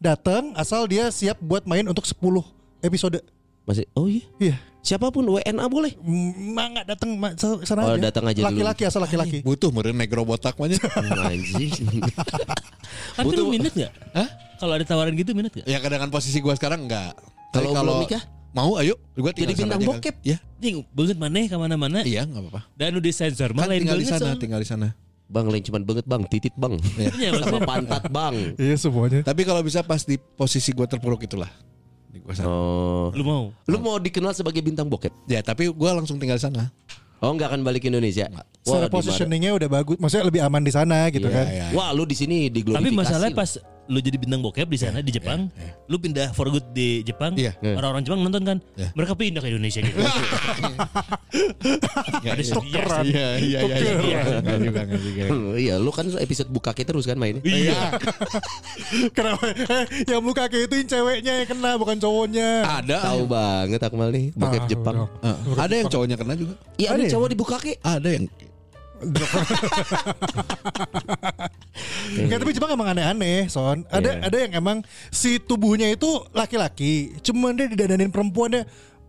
S2: Datang asal dia siap buat main untuk 10 episode.
S4: Masih oh iya.
S2: Iya.
S4: Siapapun WNA boleh.
S2: Mangga datang ma- sa- sana
S4: Oh,
S2: aja.
S4: datang aja dulu.
S2: Laki-laki asal laki-laki.
S6: butuh meren negro botak mah nya.
S4: Anjing.
S5: Tapi lu minat enggak? Hah? Kalau ada tawaran gitu minat enggak?
S6: ya kadang posisi gua sekarang enggak Tapi
S4: Kalau belum nikah?
S6: mau ayo gua
S4: Jadi
S6: tinggal di sana
S4: bintang
S6: aja,
S4: bokep.
S6: kan. ya
S5: Ding, banget maneh ke mana-mana.
S6: iya nggak apa-apa
S5: Dan udah sensor
S6: kan
S5: malah
S6: tinggal di sana
S5: soalnya.
S6: tinggal di sana
S4: Bang lain cuman banget bang, titit bang,
S5: Iya,
S4: sama
S5: maksudnya.
S4: pantat bang.
S2: Iya semuanya.
S6: tapi kalau bisa pas di posisi gua terpuruk itulah Di gua sana.
S4: Oh.
S5: Lu mau?
S4: Lu mau dikenal sebagai bintang bokep?
S6: ya tapi gua langsung tinggal di sana
S4: Oh nggak akan balik ke Indonesia?
S2: Secara
S4: di mana?
S2: positioningnya udah bagus, maksudnya lebih aman di sana gitu
S6: Iya,
S2: kan.
S6: iya.
S4: Wah lu di sini diglorifikasi.
S5: Tapi masalahnya
S4: lu.
S5: pas lu jadi bintang bokep di sana di Jepang, lu pindah for good di Jepang,
S6: Iya.
S5: orang-orang Jepang nonton kan,
S6: Iya.
S5: mereka pindah ke Indonesia gitu. Ada
S6: iya
S5: stok
S6: iya iya iya iya Nggak juga, nggak juga.
S4: Iya, lu kan episode buka kita terus kan main.
S5: Iya.
S2: Kenapa? Eh, yang muka kayak ituin ceweknya yang kena bukan cowoknya.
S6: ada
S4: Tahu banget Akmal nih, bokep
S2: Tahu
S4: Jepang.
S2: dong.
S6: Eh, ada yang cowoknya kena juga
S4: Iya, ada
S2: Ah, Ada ya?
S4: cowok dibuka ke.
S6: ada yang
S3: Nggak, tapi Jepang emang aneh-aneh, Son. Ada
S4: Iya.
S3: ada yang emang si tubuhnya itu laki-laki, cuman dia didadanin perempuannya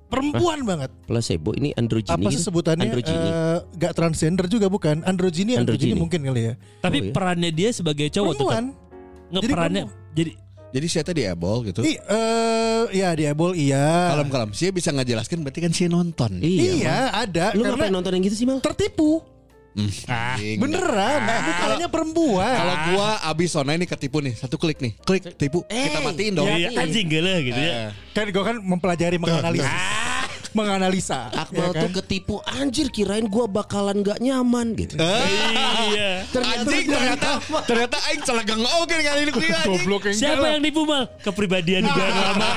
S3: perempuan banget.
S4: Placebo ini gitu. androgini.
S3: Apa sih sebutannya?
S4: Androgini.
S3: Eh, nggak transgender juga bukan? Androgini, androgini,
S4: Androgini.
S3: mungkin kali ya.
S5: Tapi
S4: Oh, iya.
S5: perannya dia sebagai cowok
S3: perempuan.
S5: tetap ngeperannya jadi
S6: Jadi saya tadi ebol gitu.
S3: I, eh, ya di Ebol iya.
S6: Kalem-kalem Saya bisa ngejelaskan berarti kan saya nonton.
S4: Iya.
S3: iya,
S4: Mal.
S3: ada
S4: Lu
S3: karena
S4: ngapain nonton gitu. Ah. yang gitu sih mal?
S3: tertipu.
S6: Ah,
S3: Beneran, nah, bukannya perembuan.
S6: Kalau gua abis online nih ketipu nih, satu klik nih, klik Eh, tipu, kita matiin dong.
S5: Iya, anjing gele gitu
S6: Eh,
S5: ya.
S3: Kan gue kan mempelajari menganalisa. menganalisa. ya
S4: Akmal
S3: kan?
S4: tuh ketipu anjir kirain gua bakalan gak nyaman gitu.
S3: Eh,
S5: Iya.
S6: anjing ternyata ternyata aing celegang oke kali ini kuy, anjing.
S3: Goblok yang
S5: Siapa yang nipu mal? Kepribadian
S6: Ah.
S5: gue yang lama.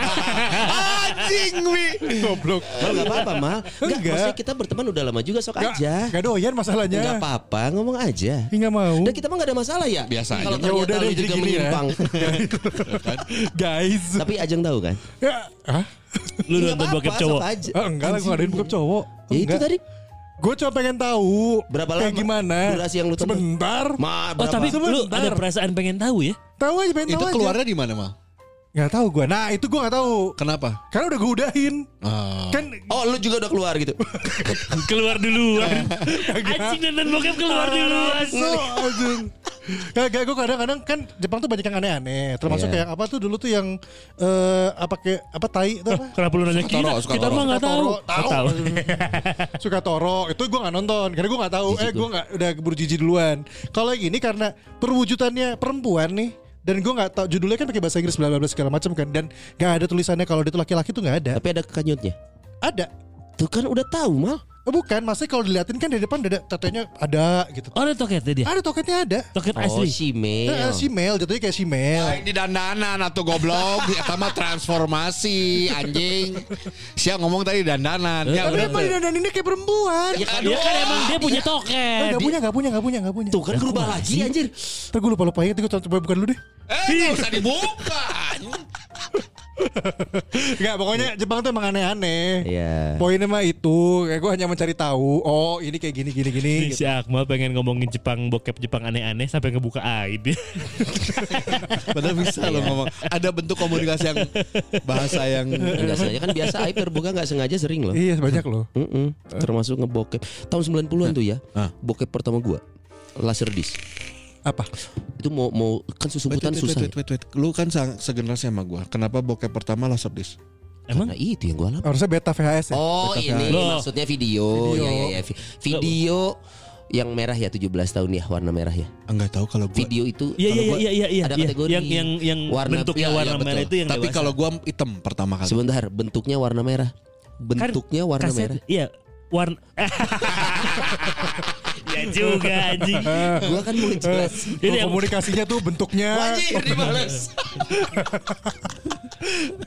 S6: Anjing wi.
S3: goblok.
S4: Mal gak apa-apa mal. Enggak,
S3: Enggak.
S4: maksudnya kita berteman udah lama juga sok aja.
S3: Gak doyan masalahnya.
S4: Enggak apa-apa ngomong aja.
S3: Enggak mau.
S4: Dan kita mah gak ada masalah ya.
S6: Biasa aja.
S4: Kalau
S3: Ya udah
S4: ternyata
S3: deh,
S4: lu
S3: jadi
S4: juga
S3: gini ya.
S4: menyimpang.
S6: Iya kan?
S3: Guys.
S4: Tapi Ajeng tahu kan?
S3: Ya, Hah?
S5: Lu
S4: Nggak
S6: Iya,
S5: nonton
S4: apa-apa,
S5: bokep
S4: sok
S5: cowok.
S4: aja.
S3: Ah, enggak lah, gue ngadain buka cowok.
S4: Ya itu tadi
S3: Gue cuma pengen tahu
S4: Berapa
S3: kayak
S4: lama
S3: gimana.
S4: durasi yang lu temuin?
S3: Sebentar.
S4: Ma, berapa?
S5: Oh tapi lu
S3: Sebentar.
S5: ada perasaan pengen tahu ya?
S3: Tahu aja pengen
S6: Itu
S3: tahu aja.
S6: keluarnya di mana mal?
S3: Enggak tahu gue. Nah, itu gue enggak tahu.
S6: Kenapa?
S3: Karena udah gue udahin.
S6: Ah.
S3: Kan
S4: Oh, lu juga udah keluar gitu.
S5: Keluar duluan. Anjing dan bokep keluar duluan.
S3: So, anjing. Kagak gue kadang-kadang kan Jepang tuh banyak yang aneh-aneh, termasuk kayak
S4: Iya.
S3: apa tuh dulu tuh yang eh apa kayak apa tai itu apa?
S5: Kenapa lu nanya kita?
S6: Sukatoro,
S5: Kita
S6: Sukatoro.
S5: mah nggak tahu.
S3: Sukatoro, tahu. suka toro itu gue nggak nonton karena gue nggak tahu eh gue nggak udah keburu jijik duluan kalau yang ini karena perwujudannya perempuan nih dan gue nggak tahu judulnya kan pakai bahasa Inggris bla bla bla segala macam kan dan nggak ada tulisannya kalau dia tuh laki-laki tuh nggak ada
S4: tapi ada kekanyutnya.
S3: ada
S4: Tuh kan udah tahu mal.
S3: Eh, bukan maksudnya kalau diliatin kan dari depan ada tetenya ada gitu
S5: Oh ada toketnya dia.
S3: ada toketnya ada
S5: Toket
S4: Oh,
S5: asli.
S4: si Mel.
S3: Eh, eh, si Mel jatuhnya kayak si Mel
S6: Aing di dandanan atau goblok Eta mah transformasi anjing Siapa ngomong tadi dandanan Ya
S3: tapi
S6: udah
S3: apa dan ini Iya, kayak perempuan
S4: Ya kan,
S5: Dia kan emang dia punya
S3: Eh,
S5: toket.
S3: nggak punya nggak punya nggak punya nggak punya
S4: tuh kan berubah lagi anjir.
S3: Ntar gue lupa lupa ya gue coba bukan dulu deh
S6: Eh nggak usah dibuka
S3: Enggak, pokoknya Jepang tuh emang aneh-aneh.
S4: Iya.
S3: Poinnya mah itu, kayak gue hanya mencari tahu, oh ini kayak gini gini gini.
S5: Nih,
S3: gitu.
S5: Si Akmal pengen ngomongin Jepang bokep Jepang aneh-aneh sampai ngebuka aib.
S6: Padahal bisa lo ngomong Ada bentuk komunikasi yang Bahasa yang
S4: Enggak sengaja kan biasa aib terbuka enggak sengaja sering loh.
S3: Iya, banyak loh.
S4: Mm-mm.
S5: Iya.
S4: termasuk ngebokep tahun 90-an
S5: Nah.
S4: tuh ya. Bokep pertama gua laser disc.
S3: Apa?
S4: Itu mau mau kan susu
S6: Wait,
S4: butan
S6: wait, wait,
S4: susah.
S6: wait,
S4: ya.
S6: wait, wait. Lu kan sang- segenerasi sama gue Kenapa bokep pertama laser disc?
S5: Emang
S4: Nah, itu yang gua alami.
S3: Harusnya beta VHS ya.
S4: Oh, ini
S5: Loh.
S4: maksudnya video.
S3: Video.
S4: Ya ya ya. Vi- Video yang merah ya 17 tahun ya warna merah ya.
S6: Enggak Ah, tahu kalau gue
S4: Video itu
S5: Iya iya
S4: kalau gua-
S5: iya iya iya.
S4: ada
S5: iya.
S4: kategori.
S5: yang yang yang
S4: Warna-
S5: bentuknya
S4: iya, iya,
S5: warna
S4: betul.
S5: merah itu yang
S6: Tapi
S5: dewasa.
S6: kalau gue hitam pertama kali
S4: Sebentar, bentuknya warna merah. Bentuknya warna
S5: Kan Kaset-
S4: merah.
S5: Iya, warna Ya juga anjing.
S4: Gua kan mau jelasin.
S3: Kalau
S5: Ini yang,
S3: komunikasinya tuh bentuknya
S4: Wajib dibales.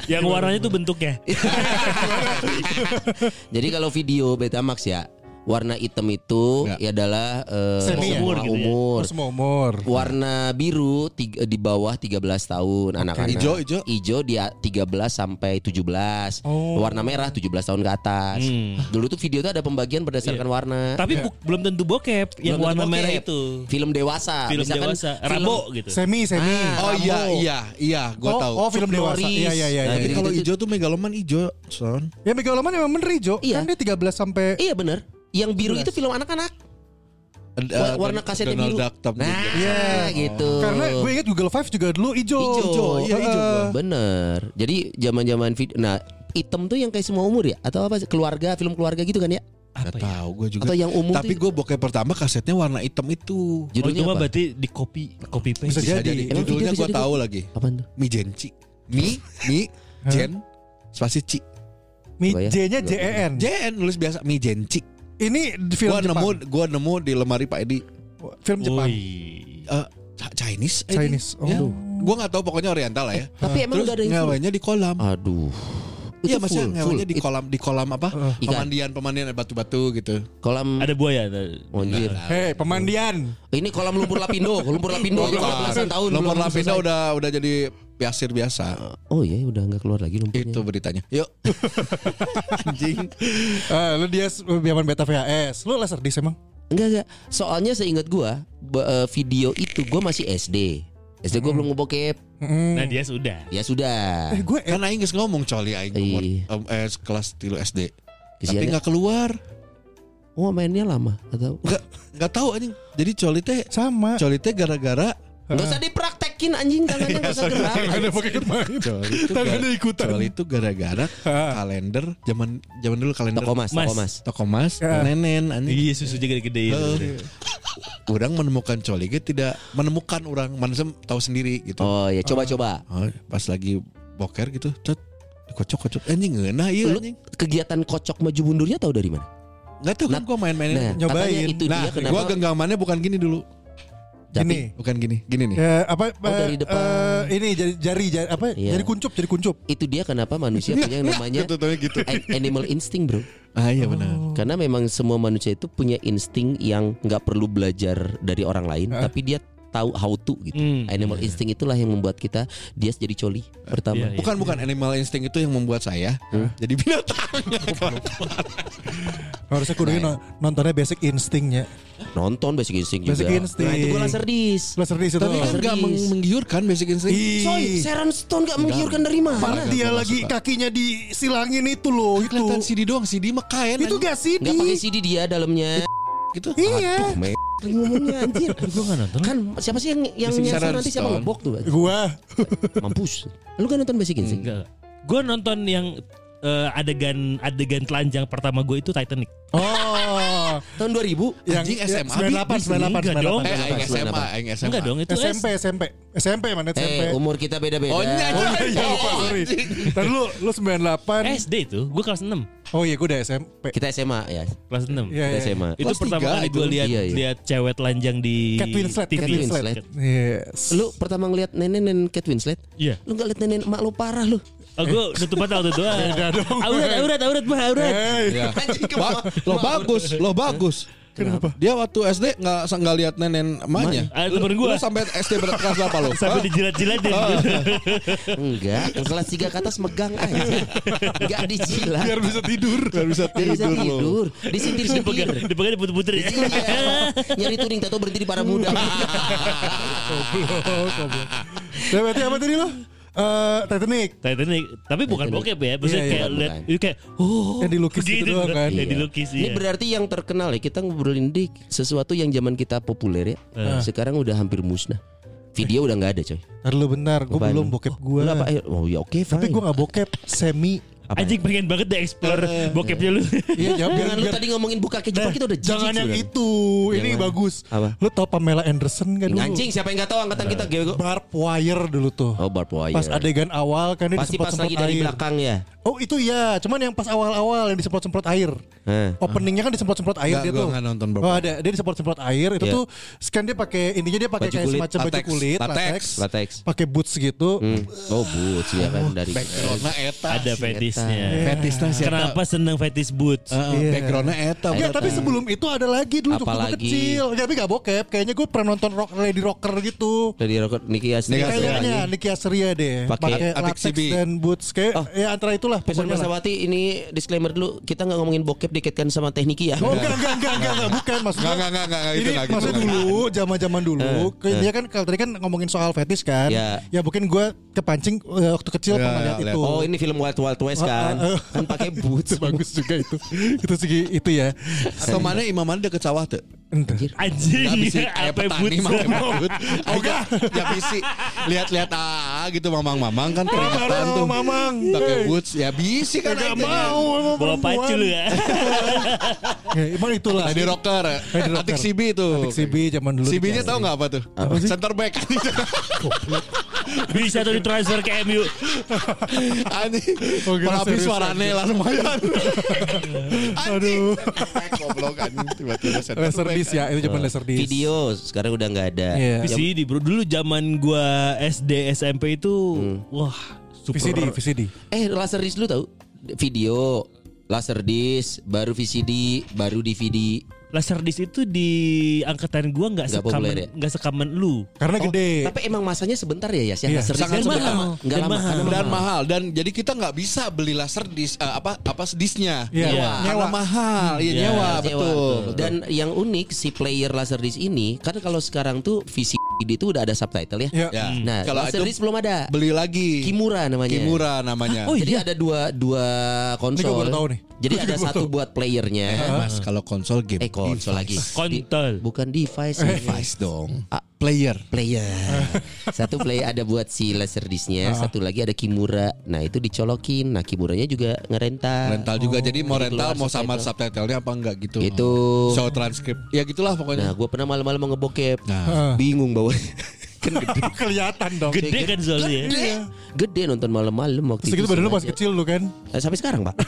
S5: yang warnanya tuh bentuknya.
S4: Jadi kalau video Betamax ya warna hitam itu
S6: Nggak.
S4: ya adalah eh,
S3: Semi ya?
S4: semua
S5: Umur gitu ya.
S4: umur.
S3: Oh, semua umur.
S4: Warna biru tiga- di bawah 13 tahun anak-anak.
S6: Ijo, ijo.
S4: dia 13 sampai 17.
S3: Oh.
S4: Warna merah 17 tahun ke atas.
S5: Hmm. Iya.
S4: Dulu tuh video tuh ada pembagian berdasarkan warna.
S5: Tapi bu- belum tentu bokep yang
S4: Belum
S5: warna
S4: tentu
S5: merah
S4: bokep.
S5: itu.
S4: Film dewasa.
S5: Film
S4: Misalkan
S5: dewasa,
S4: film-
S5: Rambo gitu.
S3: Semi, semi.
S6: Oh iya
S3: Rambo.
S6: iya iya gue
S3: oh,
S6: tahu
S3: Oh, film dewasa.
S4: Noris.
S3: Iya, iya, iya. iya.
S4: Nah,
S6: Tapi
S5: gitu,
S4: gitu-gitu
S6: kalau
S4: tuh.
S6: hijau tuh megaloman hijau Son
S3: Ya Megaloman emang bener Jo.
S4: Iya.
S3: Kan dia 13 sampai
S4: Iya bener. Yang biru itu film anak-anak.
S6: Eh,
S4: Wa- warna kasetnya biru. Nah, gitu.
S3: karena gue inget Google Five juga dulu ijo.
S4: Ijo.
S6: iya, ijo gua.
S4: Bener. Jadi zaman-zaman video nah hitam tuh yang kayak semua umur ya atau apa sih? keluarga film keluarga gitu kan ya
S6: Gak tahu gue juga
S4: atau yang umum
S6: Tapi
S4: tuh
S6: gue bokep pertama kasetnya warna hitam itu
S5: Oh, itu
S4: judulnya
S5: mah
S4: apa?
S5: berarti di copy copy paste.
S3: Bisa jadi.
S4: Emang video
S6: Judulnya
S4: bisa
S6: gue
S4: di-
S6: tahu lagi
S4: Apaan tuh?
S6: Mi Jenci Mi Mi Jen Spasi Ci
S3: Mi-
S4: Coba ya.
S3: J-nya J E N.
S6: Jen nulis biasa Mi Jenci
S3: Ini di film
S6: Gue
S3: Jepang.
S6: nemu Gue nemu di lemari Pak Edi
S3: Film Jepang.
S5: Woi.
S6: Eh, Ch- Chinese I think.
S3: Chinese. Oh.
S6: Ya. Gue gak tahu pokoknya oriental lah ya
S4: Tapi emang
S6: Terus
S4: udah ada yang full?
S6: ngewenya di kolam
S4: Aduh.
S6: Iya
S4: Ah, Itu
S6: maksudnya
S4: full,
S6: ngewenya
S4: full.
S6: di
S4: Itu
S6: kolam Di kolam apa
S4: Ikan.
S6: Pemandian Pemandian batu-batu gitu
S4: kolam
S5: Ada buaya.
S4: Anjir.
S3: Hei, pemandian.
S4: Ini kolam lumpur lapindo, lumpur lapindo itu belasan tahun.
S6: Ah, Nomor
S4: belum
S6: Lavinda
S4: selesai.
S6: udah udah jadi biasir biasa
S4: Oh iya, udah nggak keluar lagi lumpurnya.
S6: Itu beritanya. Yuk.
S3: Anjing. Eh, lu dia s- zaman beta VHS. Lu laser disc emang?
S4: Enggak enggak. Soalnya seingat gua ba- eh, video itu gua masih SD. SD gua belum ngebokep.
S5: Nah dia sudah.
S4: Ya sudah.
S3: Eh, gue eh,
S6: Kan aing geus ngomong coli aing umur
S4: Iya. ya.
S6: em, eh, kelas 3 SD. Tapi
S4: Kesiannya,
S6: nggak keluar.
S4: oh mainnya lama atau
S6: Nggak nggak tahu anjing. Jadi coli teh
S3: sama.
S6: coli teh gara-gara
S4: Enggak usah dipraktekin anjing tangannya enggak usah gerak.
S3: Tangannya pakai main.
S6: coli itu
S3: Tangannya ikutan.
S6: Coli itu gara-gara kalender zaman zaman dulu kalender
S4: Toko mas, toko
S5: Mas.
S4: mas.
S6: toko mas,
S3: Ya.
S6: nenen anjing.
S5: Iya susunya gede-gede. ya.
S6: Eh, orang menemukan coli ge tidak menemukan orang manusia tahu sendiri gitu.
S4: Oh ya coba-coba.
S6: Oh, pas lagi boker gitu, cet kocok-kocok anjing ngeunah ieu
S4: Lu
S6: Iya, anjing.
S4: kegiatan kocok maju mundurnya tahu dari mana?
S6: Enggak tahu kan
S4: Nah,
S6: gua main-mainin.
S4: Nah, katanya
S3: nyobain.
S4: itu
S6: nah,
S4: dia kenapa
S6: gua genggamannya bukan gini dulu,
S4: tapi
S3: Gini.
S6: bukan gini, gini nih.
S3: Ya, apa
S4: Oh, dari
S3: eh,
S4: depan.
S3: eh, ini jari, jari jari apa?
S4: Iya.
S3: Jari kuncup, jari kuncup.
S4: itu dia kenapa manusia punya yang namanya Oh.
S6: Gitu, tapi gitu.
S4: an- animal instinct, Bro.
S6: Ah iya benar.
S4: Karena memang semua manusia itu punya insting yang nggak perlu belajar dari orang lain, tapi dia tahu how to gitu.
S5: Hmm.
S4: Animal instinct itulah yang membuat kita dia jadi coli pertama.
S5: Iya.
S6: Bukan bukan animal instinct itu yang membuat saya jadi binatang.
S3: Harusnya kudu
S4: Nah,
S3: no-
S4: iya.
S3: nontonnya basic instingnya.
S4: Nonton basic instinct juga.
S3: Basic Instinct.
S4: Nah, itu gue laser disc.
S3: Laser di situ.
S6: Tapi kan
S4: Serius.
S6: nggak meng- menggiurkan basic instinct.
S3: Ih,
S4: Soy, Sharon Stone gak menggiurkan dari mana?
S3: Mana
S6: Agak
S3: dia
S6: gua
S3: lagi
S6: suka.
S3: kakinya disilangin itu loh itu.
S6: Kelihatan CD doang, CD mah kain
S3: Itu
S6: anjing.
S3: gak sih
S4: Gak pakai CD dia dalamnya.
S6: gitu.
S3: Iya.
S4: Me- ngomongnya anjir.
S5: Gue gak nonton.
S4: Kan siapa sih yang yang
S6: Basic
S4: nyasar
S6: Sharon
S4: nanti siapa
S6: Stone.
S4: ngebok tuh?
S3: Gua
S4: Mampus. Lu kan nonton basic instinct?
S5: Enggak. Gue nonton yang eh, adegan adegan telanjang pertama gue itu Titanic.
S3: Oh,
S4: Tahun
S3: yang
S4: 2000?
S3: ya,
S6: Anjing SMA,
S3: 98 98
S5: Enggak dong.
S3: 98.
S6: Eh, aing SMA, aing SMA.
S5: Enggak dong itu
S3: SMP SMP SMP mana SMP.
S4: Eh, umur kita beda-beda.
S6: Oh, iya,
S3: Oh iya lupa sorry. Ntar lu lu
S5: S.
S3: 98.
S5: SD itu. Gue kelas 6
S3: Oh iya gua udah SMP.
S4: Kita SMA ya.
S5: kelas 6
S3: Iya
S4: Kita
S6: Eh.
S3: iya.
S4: SMA.
S5: Itu
S6: Kelas
S5: pertama
S6: tiga
S5: kali
S6: itu.
S5: gue lihat
S4: Iya, iya.
S5: lihat cewek telanjang di
S3: Cat Winslet,
S5: TV.
S3: Cat
S4: Winslet.
S3: Yes.
S4: Lu pertama ngeliat nenek nenek Kate Winslet?
S5: Iya.
S4: Lu gak liat nenek emak lu parah lu.
S5: Oh, gue nutup mata waktu itu. Beda dong. Aurat, aurat, aurat, mah, aurat.
S3: Hey.
S6: Iya.
S4: Anjing,
S6: Ba- lo bagus, lo bagus. Kenapa? Dia waktu SD nggak nggak lihat nenen emaknya.
S5: Ah, temen
S6: Lu
S5: gue.
S6: sampai SD ber- kelas berapa lo?
S5: Sampai dijilat-jilatin.
S4: Enggak, kelas 3 ke atas megang aja. Enggak dijilat.
S6: Biar bisa tidur, biar bisa
S4: Biar bisa tidur. Disintir-sintir.
S5: Dipegang, dipegang diputer-puter ya.
S4: Iya. Nyari tuning tato berhenti di para muda.
S6: Ah,
S3: Oh, Ya, berarti apa tadi lu? Eh Titanic.
S5: Titanic, tapi bukan
S4: Titanic.
S5: bokep ya. Maksudnya
S3: Iya, iya,
S4: bukan,
S5: kayak lihat
S4: bukan.
S5: itu kayak oh.
S3: Yang dilukis gitu doang kan.
S5: Yang
S4: Iya.
S5: dilukis
S4: Ini
S5: iya.
S4: berarti yang terkenal ya kita ngobrolin di sesuatu yang zaman kita populer ya.
S3: Ah.
S4: Sekarang udah hampir musnah. Video udah nggak ada coy.
S3: Ntar lu bentar, gua
S4: Apaan?
S3: Oh, belum bokep gua.
S4: Lu apa? Eh, Oh ya oke.
S3: Tapi
S4: fine.
S3: gua gak bokep semi.
S5: Anjing pengen banget deh explore bokepnya lu.
S3: Iya, jangan,
S4: Jangan lu tadi ngomongin buka kejepak kita udah jijik
S3: Eh, jangan yang
S4: sebenarnya.
S3: itu. Ini
S4: Yang mana?
S3: bagus.
S4: Apa?
S3: Lu tau Pamela Anderson gak dulu?
S4: Anjing siapa yang nggak tahu angkatan kita gue.
S3: Barb wire dulu tuh.
S4: Oh barbed
S3: Eh.
S4: wire.
S3: Pas adegan awal kan dia
S4: Pasti pas
S3: disemprot-semprot
S4: lagi dari
S3: air.
S4: belakang ya.
S3: Oh itu ya, cuman yang pas awal-awal yang disemprot-semprot air.
S4: Hah.
S3: Openingnya kan disemprot-semprot air
S6: Nggak,
S3: dia
S6: gua
S3: tuh.
S6: nggak nonton, Bro.
S3: Oh ada, dia disemprot-semprot air itu
S4: Iya.
S3: tuh. Sekarang dia pakai intinya dia pakai
S4: Baju
S3: kayak
S4: kulit,
S3: semacam baju
S6: latex,
S3: kulit,
S6: latex.
S3: latex,
S4: Latex.
S3: pakai boots gitu.
S4: Hmm. Oh boots ya kan dari.
S6: Backgroundnya eta.
S5: Ada fetishnya.
S6: Fetisnya sih.
S5: Kenapa seneng fetish boots?
S6: Uh, Backgroundnya eta.
S3: Enggak, Iya, tapi
S4: Latex.
S3: sebelum itu ada lagi dulu waktu gua
S4: Apalagi?
S3: kecil. Ya, tapi gak bokep, kayaknya gue pernah nonton rock, Lady Rocker gitu.
S4: Dari rokok Niki Astri.
S6: Niki Astri.
S3: Kayaknya Niki Astria deh
S4: Pakai
S3: Pakai
S6: Atik
S3: latex
S6: Sibi.
S3: dan boots Kayak
S4: Oh.
S3: ya antara itulah
S4: Pesan
S3: pokoknya lah.
S4: Prasawati ini disclaimer dulu kita nggak ngomongin bokep dikaitkan sama teknik ya.
S3: Oh enggak enggak enggak enggak, enggak, bukan maksudnya.
S6: Iya. Enggak, enggak, enggak, enggak, enggak,
S3: Ini
S6: gitu, enggak, gitu,
S3: maksudnya
S6: enggak. Eh,
S3: dulu zaman-zaman dulu kayak dia kan kalau tadi kan ngomongin soal fetish kan.
S4: Ya.
S3: Ya
S6: Iya.
S3: mungkin gua kepancing eh, waktu kecil
S6: Ya,
S3: pernah
S6: ya,
S3: lihat
S6: lihat.
S3: itu.
S4: Oh ini film Wild Wild West kan
S3: Oh, oh, oh.
S4: Kan pakai boots
S3: bagus juga itu. itu segi itu ya.
S6: Atau mana imam mana deket sawah tuh?
S3: Entah.
S6: Nggak
S5: Anjing,
S6: bisa
S3: Iya,
S6: kayak
S5: apa
S6: petani
S5: boots?
S6: mah rambut. Oga, ya bisi. Lihat-lihat ah gitu mamang-mamang kan keringetan
S3: Mamang,
S6: tuh.
S3: mamang.
S6: Pakai
S3: Hey.
S6: boots ya bisi kan.
S3: Enggak
S6: aing.
S3: mau emang
S5: Bawa pacu lu ya.
S3: Ya, emang itulah.
S6: Lady Rocker.
S3: Lady Rocker.
S6: Atik CB tuh.
S3: Atik Sibi zaman dulu.
S6: CB-nya tahu nggak apa tuh? Center back.
S5: Bisa tuh ditransfer ke MU.
S6: Anjing.
S3: Oke,
S6: Tapi
S3: serius,
S6: suaranya lah lumayan. Aduh. Goblok anjing tiba-tiba center
S3: Laser
S6: back.
S3: disc ya, itu
S6: Eh,
S3: zaman laser disc.
S4: Eh, Video sekarang udah nggak ada
S3: Iya.
S5: VCD bro dulu zaman gua SD SMP itu wah super
S3: VCD, VCD.
S4: Eh laser disc lu tau Video Laserdisc, baru VCD, baru DVD.
S5: Laserdisc itu di angkatan gua
S4: Nggak
S5: nggak sekamen
S4: populer ya?
S5: nggak sekamen lu.
S3: Karena
S6: Oh,
S3: gede.
S4: Tapi emang masanya sebentar ya Yas, ya
S3: Iya,
S4: Laserdisc kan
S6: sangat sebentar.
S4: sebentar. Nggak
S5: Mahal. Dan
S4: lama,
S5: mahal.
S4: karena
S6: dan mahal dan jadi kita nggak bisa beli laser dis eh, apa apa sedisnya
S3: Iya.
S5: Iya.
S6: karena mahal ya,
S5: Iya,
S6: nyewa,
S4: Sewa.
S6: betul
S4: Dan yang unik si player Laserdisc ini kan kalau sekarang tuh VCD itu udah ada subtitle
S3: Ya.
S4: ya.
S6: ya
S4: Nah,
S6: kalau itu
S4: Laserdisc belum ada.
S6: beli lagi
S4: Kimura namanya.
S6: Kimura namanya
S5: Oh
S4: Kan? Jadi
S5: iya.
S4: ada dua dua konsol.
S3: Ini gua baru tahu nih.
S4: Jadi
S3: Gua
S4: ada
S3: baru
S4: satu buat playernya.
S6: Eh, mas kalau konsol game
S4: Eh konsol lagi. Di-
S5: Kontol.
S4: bukan device.
S6: device dong
S4: Ah.
S6: player
S4: player. Satu player ada buat si Laserdisc-nya, satu lagi ada Kimura. Nah, itu dicolokin. Nah, Kimuranya juga ngerental. Oh, gitu
S6: rental juga jadi
S4: Ah.
S6: mau
S4: Jadi
S6: rental
S4: keluar
S6: mau sama
S4: subtitle.
S6: subtitle-nya apa enggak gitu
S4: Gitu.
S6: show transcript ya gitulah
S4: Nah,
S6: pokoknya
S4: gue pernah malam-malam mau ngebokep.
S6: Nah.
S4: Bingung bawa. kan gede.
S3: Kelihatan dong.
S5: Gede kan soalnya ya.
S4: Gede. Iya. Gede nonton malam-malam waktu
S3: Segitu
S4: itu.
S3: badan lu pas
S4: sengaja.
S3: kecil lu kan.
S4: Eh, Sampai sekarang, Pak.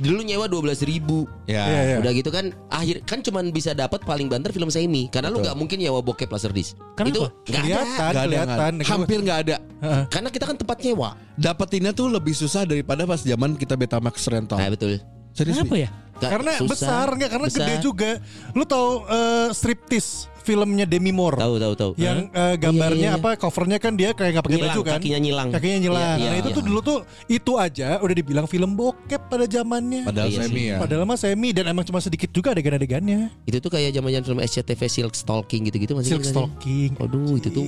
S4: Dulu nyewa 12 ribu.
S6: ya
S3: Iya, iya.
S4: Udah gitu kan akhir kan cuman bisa dapat paling banter film semi karena lu nggak mungkin nyewa bokep Laserdisc.
S5: Kenapa?
S4: Itu nggak ada.
S3: Kelihatan,
S6: Nggak ada, nggak ada.
S3: kelihatan.
S6: hampir nggak ada
S4: Karena kita kan tempat nyewa.
S6: dapetinnya tuh lebih susah daripada pas zaman kita Betamax rental
S4: Nah, betul.
S6: serius
S5: Kenapa
S6: Bi?
S5: ya?
S4: Nggak-
S3: Karena
S4: susah,
S3: besar nggak karena
S4: besar.
S3: gede juga. Lu tahu eh, striptease filmnya Demi Moore.
S4: Tahu tahu tahu.
S3: yang eh, gambarnya
S4: Iya, iya, iya.
S3: apa covernya kan dia kayak nggak pakai
S4: Nyilang,
S3: baju kan
S4: kakinya nyilang.
S3: kakinya nyilang
S4: Iya, iya,
S3: nah itu
S4: iya.
S3: tuh dulu tuh itu aja udah dibilang film bokep pada zamannya
S6: padahal
S4: Iya
S6: semi
S4: sih.
S6: ya
S3: padahal mah semi dan emang cuma sedikit juga adegan-adegannya
S4: Itu tuh kayak zaman-zaman film SCTV Silk Stalking gitu-gitu masih
S3: silk
S4: ingat nggak sih?
S3: stalking Iya.
S4: Aduh, itu tuh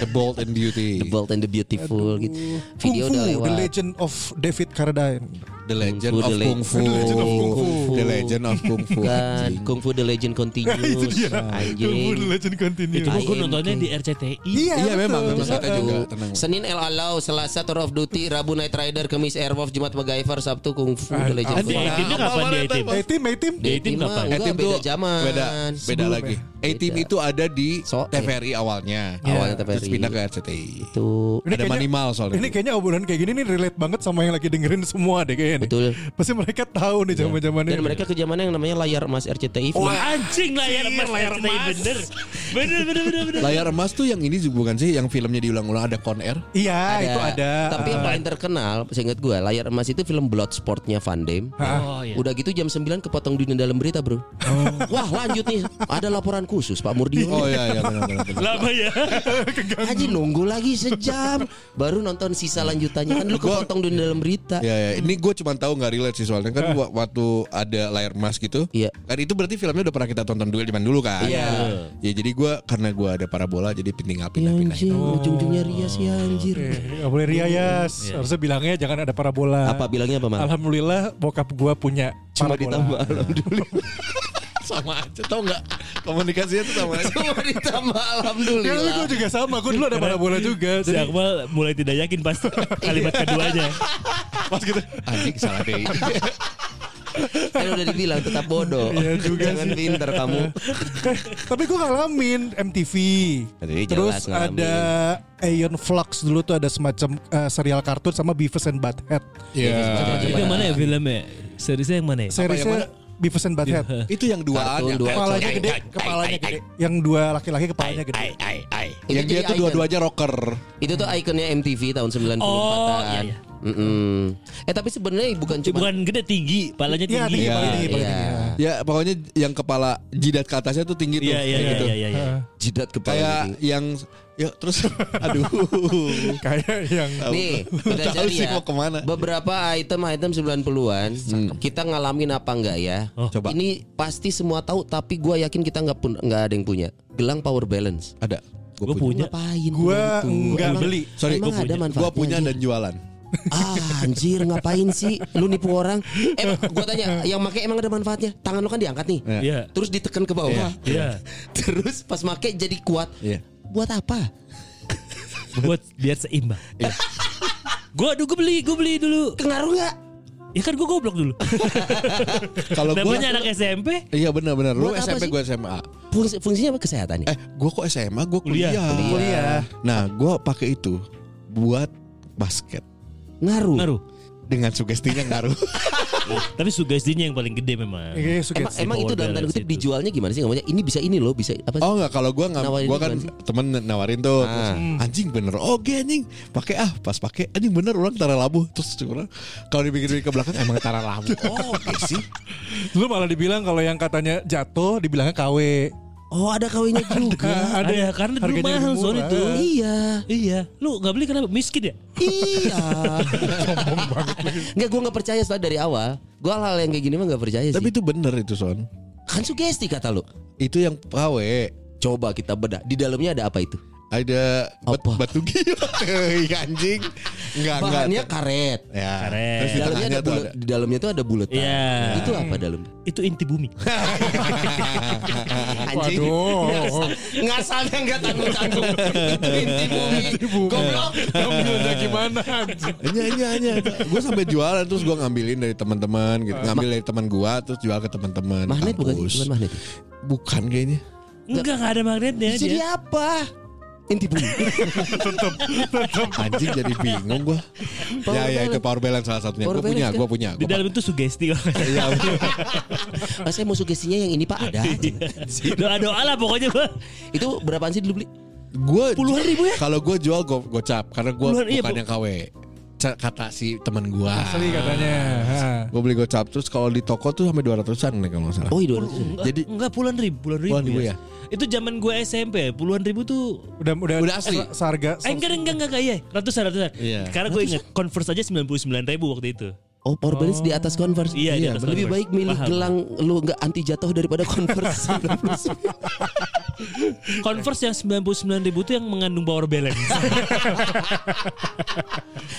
S6: The Bold and Beauty
S4: The Bold and the Beautiful gitu.
S3: Kung
S4: Video
S3: Fu,
S4: udah lewat.
S3: The Legend of David Carradine
S6: The Legend
S4: Kung Fu,
S6: of
S4: The Le-
S6: Kung Fu
S3: The Legend of Kung Fu.
S6: The Legend of Kung Fu
S4: Kan, Kung Fu The Legend
S3: Nah, Itu
S4: Continues.
S3: dia Kung Fu, The
S4: Anjing.
S3: Legend Continue
S5: Itu mah gua
S4: IMK.
S5: nontonnya di RCTI.
S3: Iya,
S6: Iya
S3: betul.
S6: memang memang
S3: Terus,
S6: kita
S3: eh,
S6: juga tenang.
S4: Senin El Alau, Selasa Tour of Duty, Rabu Night Rider, Kamis Airwolf, Jumat MacGyver, Sabtu Kung Fu The Legend.
S5: Kan Di A-Team-nya kapan di A-Team?
S3: eh, Tim, eh, tim.
S4: Di
S5: A-Team kapan?
S4: mah enggak,
S6: A-Team
S4: beda
S6: tuh
S4: zaman.
S6: Beda, beda
S4: Sebelum ya.
S6: lagi. A-Team
S4: Beda.
S6: itu ada di
S4: So- Iya,
S6: TVRI awalnya.
S4: Awalnya
S6: Terus
S4: TVRI.
S6: pindah ke RCTI.
S4: Itu
S6: Ada
S3: kayaknya-
S6: minimal soalnya.
S3: Ini kayaknya obrolan kayak gini nih relate banget sama yang lagi dengerin semua deh kayaknya. nih.
S4: Betul. Iya.
S3: Pasti mereka tahu nih zaman-zamannya.
S4: dan mereka ke zaman yang namanya layar emas RCTI.
S6: Oh,
S5: Wah, anjing layar emas layar bener. Bener bener bener bener.
S6: Layar emas tuh yang ini juga bukan sih yang filmnya diulang-ulang ada Con Air.
S3: Iya, itu ada.
S4: Tapi
S6: Ah.
S4: yang paling terkenal, seingat gue, layar emas itu film Bloodsport-nya Van Damme.
S6: Ah.
S5: Oh iya.
S4: Udah gitu jam 9 kepotong dunia dalam berita,
S6: Oh.
S4: Bro. Wah, lanjut nih. Ada laporan khusus Pak Murdio.
S6: Oh iya iya benar benar. benar.
S5: Lama ya.
S4: Haji nunggu lagi sejam baru nonton sisa lanjutannya kan lu kepotong dunia dalam berita.
S6: Ya, ya, ini gue cuma tahu nggak relate sih soalnya kan wa- waktu ada layar emas gitu.
S4: Iya.
S6: Kan itu berarti filmnya udah pernah kita tonton dulu zaman dulu kan.
S4: Iya.
S6: Ya jadi gue karena gue ada parabola jadi pindah
S4: Ya
S6: pindah pindah.
S4: anjir,
S6: Oh,
S4: ujung-ujungnya rias ya anjir.
S3: Gak boleh riayas Harusnya bilangnya jangan ada parabola
S4: Iya. Apa bilangnya apa, Mal?
S3: Alhamdulillah bokap gua punya
S4: Cuma
S3: parabola.
S4: ditambah alhamdulillah.
S6: sama aja tau nggak komunikasinya tuh sama aja.
S4: Cuma ditambah
S3: Ya tapi
S4: alhamdulillah.
S3: gue juga sama Gue dulu ada parabola juga
S5: Si
S3: Jadi
S5: Akmal mulai tidak yakin pas kalimat keduanya.
S6: Pas gitu anjing salah deh.
S4: Kan udah dibilang tetap bodoh.
S3: Iya juga
S4: Jangan pinter kamu.
S3: Tapi gue ngalamin MTV
S4: Jadi
S3: Terus
S4: jelas ngalamin.
S3: ada Aeon Flux dulu tuh ada semacam eh, serial kartun sama Beavis and Butthead
S6: Iya.
S5: Itu yang mana ya filmnya? Seriesnya yang mana ya?
S3: Seriesnya Beavis and Butthead
S4: Iya.
S6: Itu yang duaan
S4: Kartun
S6: yang
S4: dua.
S3: Kepalanya gede Kepalanya gede Yang dua laki-laki kepalanya gede
S6: yang
S4: jadi
S6: dia tuh
S4: icon.
S6: dua-duanya rocker.
S4: Itu tuh ikonnya MTV tahun 94-an.
S5: Oh, iya, iya.
S4: Mm-mm. Eh tapi sebenarnya bukan cuma
S5: Bukan gede tinggi, palanya
S3: Iya tinggi
S5: tinggi.
S6: Iya,
S3: paling tinggi, paling
S4: iya.
S3: tinggi.
S6: Ya pokoknya yang kepala jidat ke atasnya tuh tinggi tuh.
S5: Iya iya
S6: kayak
S5: iya
S6: gitu.
S5: iya iya.
S4: jidat kepala
S6: Kayak
S4: gitu.
S6: yang ya terus aduh.
S3: Kayak yang
S4: Nih, udah
S6: Tahu
S4: cari
S6: sih
S4: ya.
S6: mau kemana.
S4: Beberapa item-item 90-an kita ngalamin apa enggak ya?
S6: Oh, Coba.
S4: Ini pasti semua tahu tapi gua yakin kita nggak pun nggak ada yang punya. Gelang power balance.
S6: Ada.
S5: Gue punya.
S4: Ngapain?
S3: Gue
S4: punya itu?
S3: nggak
S4: Emang-
S3: beli
S6: Sorry,
S4: Emang
S6: gue
S4: ada
S6: punya.
S4: manfaatnya,
S6: Gua punya
S4: anjir?
S6: dan jualan.
S4: Ah, anjir ngapain sih? Lu nipu orang. Eh, gua tanya, yang make emang ada manfaatnya? Tangan lu kan diangkat nih.
S5: Iya.
S4: Terus ditekan ke bawah.
S5: Iya.
S4: Terus pas make jadi kuat.
S6: Iya.
S4: Buat apa?
S5: Buat biar seimbang. Gue Iya. aduh gue beli, gue beli dulu.
S4: Kengaruh nggak?
S5: Ya kan gue goblok dulu.
S6: Kalau gue
S5: Namanya anak SMP.
S6: Iya benar-benar. Lu
S4: Buat apa
S6: SMP
S4: sih?
S6: gue SMA.
S4: Fungsi, fungsinya apa kesehatan ya?
S6: Eh, gue kok SMA? Gue
S5: Kuliah.
S6: kuliah.
S3: Kuliah
S6: Nah, gue pakai itu buat basket.
S4: Ngaruh.
S5: Nah, Ngaruh.
S6: dengan sugestinya ngaruh.
S5: Tapi sugestinya yang paling gede memang.
S3: Iya, suka.
S4: Emang,
S5: Si
S4: emang itu dalam tanda
S5: order
S4: kutip
S5: situ.
S4: dijualnya gimana sih ngomongnya? Ini bisa ini loh, bisa apa? sih?
S6: Oh enggak kalau gua nggak
S4: Nawarin
S6: gua kan
S4: gimana
S6: temen nawarin tuh terus,
S4: Ah.
S6: anjing bener oke anjing pakai ah pas pakai anjing bener orang tara labu terus orang kalau dipikir-pikir ke belakang emang tara labu oh oke sih
S3: Lu malah dibilang kalau yang katanya jatuh dibilangnya KW.
S4: Oh ada kawinnya juga.
S5: Ada,
S3: yang
S5: karena
S3: harganya lebih
S5: dulu mahal soal
S3: murah.
S5: itu.
S4: iya,
S5: Iya, lu nggak beli kenapa? Miskin ya?
S4: iya. Enggak, gue nggak percaya soalnya dari awal. Gue hal-hal yang kayak gini mah nggak percaya
S6: tapi
S4: sih.
S6: itu bener itu son
S4: Kan sugesti kata lu.
S6: itu yang pawe
S4: Coba kita bedah. Di dalamnya ada apa itu?
S6: ada bet-
S4: Apa?
S6: batu gila Iya, anjing enggak enggak
S4: Bahannya karet.
S6: ya
S5: Karet.
S4: Di
S6: terus di
S4: dalamnya ada
S6: tengahnya tuh
S4: bulet.
S6: ada
S4: Di dalamnya tuh ada bulat.
S5: Iya.
S4: Itu apa dalam?
S5: Itu inti bumi.
S4: Anjing.
S3: Waduh.
S4: Ngasalnya nggak tanggung tanggung. Itu inti bumi. Goblok.
S3: Ambilnya gimana? anjing?
S6: Iya iya iya. Gue sampai jualan terus gue ngambilin dari teman-teman gitu. Ngambil dari teman gue terus jual ke teman-teman.
S4: Magnet bukan sih? Bukan
S6: kampus.
S4: magnet. ya?
S6: Bukan kayaknya.
S5: Enggak, enggak ada magnetnya
S4: Jadi
S5: Iya, dia.
S4: apa? Inti bumi.
S6: Anjing jadi bingung gue.
S4: Power
S6: ya ya itu
S4: balance.
S6: power balance salah satunya.
S4: Power
S6: Gue punya,
S4: balance kan?
S6: gue punya.
S5: Di
S6: Gua
S5: dalam itu sugesti
S6: Iya, betul.
S4: Mas Oh, saya mau sugestinya yang ini pak ada.
S5: Iya.
S4: aja.
S5: Doa doa lah pokoknya Pak.
S4: Itu berapaan sih dulu beli?
S6: Gua
S5: Puluhan ribu ya?
S6: Kalau gue jual gue gocap karena gue
S5: Puluhan,
S6: bukan
S5: iya, Bu.
S6: yang KW. Ca- Kata si teman gue.
S3: Asli katanya. Ha.
S6: Gue beli gocap terus kalau di toko tuh sampai 200-an nih kalau nggak salah.
S4: Oh dua ratus.
S5: Enggak,
S6: Jadi-
S5: enggak puluhan ribu, puluhan ribu,
S6: Puluhan ribu ya?
S5: Itu zaman gue SMP, puluhan ribu tuh
S3: Udah udah
S6: Udah asli?
S3: se- Seharga
S5: Eh, enggak, enggak, enggak, enggak, iya. Ratusan, ratusan.
S6: Iya.
S5: Karena gue inget, Converse aja 99 ribu waktu itu.
S4: Oh power balance di atas converse.
S5: Iya, di atas
S4: lebih
S5: Converse.
S4: baik milih
S5: Paham.
S4: gelang lu nggak anti jatuh daripada converse.
S5: Converse yang 99 ribu tuh yang mengandung power balance.
S6: Iya,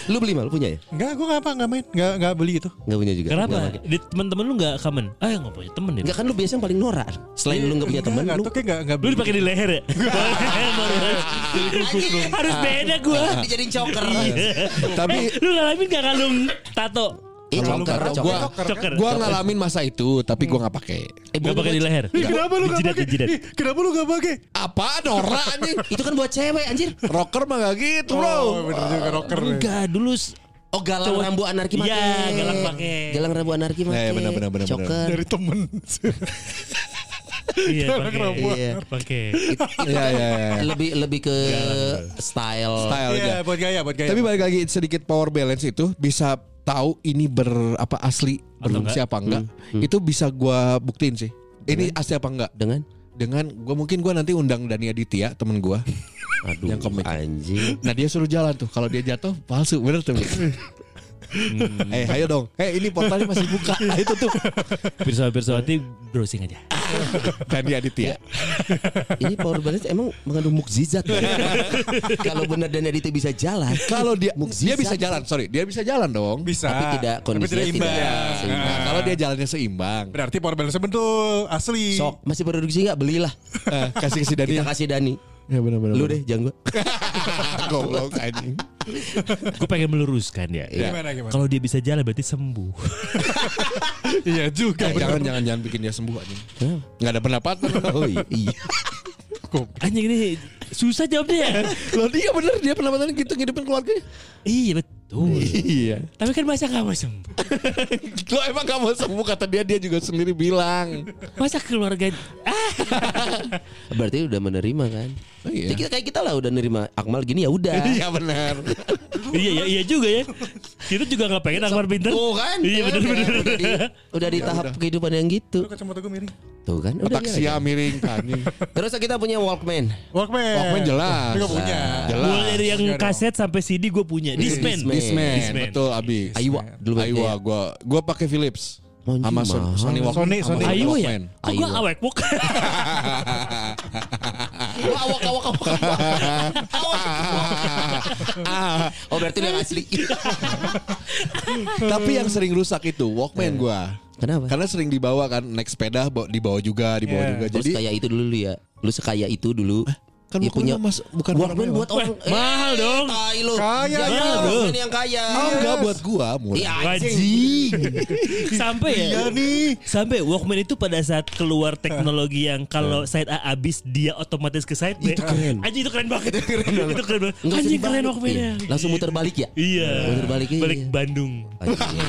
S4: lu beli mal punya ya?
S3: Enggak, gue enggak apa enggak main. Enggak enggak beli itu.
S4: Nggak punya juga.
S6: iya,
S4: Nggak
S5: Kenapa?
S4: pakai.
S5: Di- Teman-teman lu gak common? Ah, enggak punya temen ya.
S4: Nggak kan lu biasanya yang paling norak. Selain lu nggak
S5: Iya.
S4: punya teman,
S3: Enggak,
S4: Iya, lu kan
S3: tuh kayak enggak enggak
S5: Lu dipakai di leher ya?
S6: Iya.
S5: Harus Iya. beda gue.
S4: dijadiin choker.
S6: Tapi
S5: Eh, Lu ngalamin gak kalung tato?
S4: Iya, choker,
S6: Kalau nggak-
S4: choker.
S6: gua-
S5: Coker.
S6: gue ngalamin masa itu tapi gue nggak pakai.
S4: Eh,
S5: Gak
S4: bukan,
S5: pakai di
S4: bukan.
S5: leher.
S3: Ih, kenapa lu enggak
S5: Dijidat,
S3: pakai?
S5: dijidat.
S3: Ih, kenapa lu enggak pakai?
S6: Apa Nora anjing?
S4: Itu kan buat cewek anjir.
S6: Rocker mah gak gitu bro.
S3: Oh, bener juga rocker.
S5: Enggak, dulu s-
S4: Oh galang
S5: Cowok-
S4: rambu anarki
S5: Iya,
S4: pakai.
S5: galang pakai.
S4: Galang rambu anarki pakai.
S6: Iya, benar, benar, benar, benar.
S4: Choker.
S3: Dari temen
S5: iya
S3: Orang
S5: pakai.
S3: rambuan.
S4: Iya.
S5: Pakai.
S6: Iya iya. iya.
S4: Lebih lebih ke style.
S6: Style aja.
S3: Iya, buat gaya, buat gaya.
S6: Tapi balik lagi sedikit power balance itu bisa tahu ini ber apa asli berfungsi apa enggak. Itu bisa gua buktiin sih. Ini asli apa enggak?
S4: Dengan
S6: Dengan gua mungkin gua nanti undang Dania Ditya temen gua.
S4: aduh
S6: Yang komik.
S4: anjing.
S6: Nah dia suruh jalan tuh. Kalau dia jatuh palsu bener tuh.
S4: Hmm.
S6: Eh ayo dong. Eh ini portalnya masih buka. Nah, itu tuh
S5: Pirsawan-pirsawati browsing aja.
S6: Dania Ditya.
S4: Ini power balance emang mengandung mukjizat. ya? Kalau benar dan Aditya bisa jalan,
S6: Kalau dia dia
S4: Mukjizat.
S6: bisa jalan, sorry, dia bisa jalan dong.
S3: bisa.
S4: tapi tidak kondisinya
S3: tidak
S4: tidak,
S3: imbang.
S4: seimbang.
S6: Nah, kalau dia jalannya seimbang,
S3: Berarti power balance betul asli.
S4: Sok masih produksi nggak belilah.
S6: Eh, kasih kasih Dania.
S4: Kita kasih Dani.
S6: Ya benar-benar.
S4: Lu deh jangan gua.
S6: goblok anjing.
S5: Gue pengen meluruskan ya.
S3: Gimana gimana?
S5: Kalau dia bisa jalan berarti sembuh.
S4: Ya
S3: Iya juga.
S6: Eh, jangan jangan jangan bikin dia sembuh anjing. Enggak ada pendapatan.
S4: Oh iya.
S5: Anjing ini susah jawabnya ya.
S6: Loh dia bener dia pendapatannya gitu ngidupin keluarganya.
S5: Iya betul.
S6: Iya.
S5: Tapi kan masa gak mau sembuh?
S6: Lo emang gak mau sembuh kata dia dia juga sendiri bilang.
S5: Masa keluarga
S4: Berarti udah menerima kan?
S6: Oh,
S4: Ya,
S6: iya.
S4: kita kayak kita lah udah nerima Akmal gini ya udah.
S6: Iya benar.
S5: iya iya iya juga ya. Kita juga nggak pengen Akbar pinter.
S4: Tuh kan?
S5: Iya benar benar.
S4: Udah di, udah di tahap kehidupan yang gitu.
S3: Lu kacamata gue miring.
S4: Tuh kan? Udah
S6: Ya Otak
S4: biar
S6: sia
S4: aja.
S6: miring anjing.
S4: Terus kita punya Walkman.
S3: Walkman.
S6: Walkman jelas. Nah,
S3: Lu gak Eh, punya.
S6: Jelas.
S5: Mulai dari yang
S3: Enggak dong.
S5: kaset sampai CD gue punya. Discman.
S4: Discman.
S6: Discman,
S5: Discman.
S6: betul abis.
S4: Aiwa dulu berarti
S6: Iya. Aiwa
S4: ya.
S6: gua gua pakai Philips.
S4: Anjing,
S6: Sama Son-
S4: mahal.
S6: Sony Walkman.
S3: Sony,
S6: sama
S3: Sony.
S6: Sony
S5: Ayo ya.
S6: Walkman.
S5: Kok gue
S4: Ayo.
S5: awek wok.
S4: Wah, awak awak awak. awak.
S6: Ah,
S4: Awak. Oh berarti udah asli.
S6: Tapi yang sering rusak itu Walkman gua.
S4: Kenapa?
S6: Karena sering dibawa kan naik sepeda bawa- dibawa juga, dibawa
S3: Iya.
S6: juga.
S4: Terus
S6: Jadi
S4: kayak itu dulu lu ya. Lu sekaya itu dulu.
S6: Kan
S4: Iya,
S6: Walkman
S4: punya-
S6: mah mas, bukan
S4: Walkman
S6: mewah.
S4: buat orang eh,
S5: mahal dong.
S4: tai lu.
S3: Kaya,
S4: Jangan
S3: iya.
S4: Walkman yang kaya.
S6: Oh, enggak buat gua murah.
S4: Iya anjing.
S5: Wajing. sampai ya.
S3: Iya nih.
S5: Sampai Walkman itu pada saat keluar teknologi yang kalau side A habis dia otomatis ke side B.
S4: Iya.
S5: Ah,
S4: Itu keren.
S5: Anjing itu keren banget.
S4: Itu keren banget.
S5: Itu keren banget.
S4: Enggak
S5: Anjing
S4: jadi
S5: keren
S4: balik.
S5: Walkman-nya.
S4: Iya. Langsung muter balik ya?
S5: Iya.
S4: Muter balik, iya.
S5: Balik Bandung.
S4: Anjing.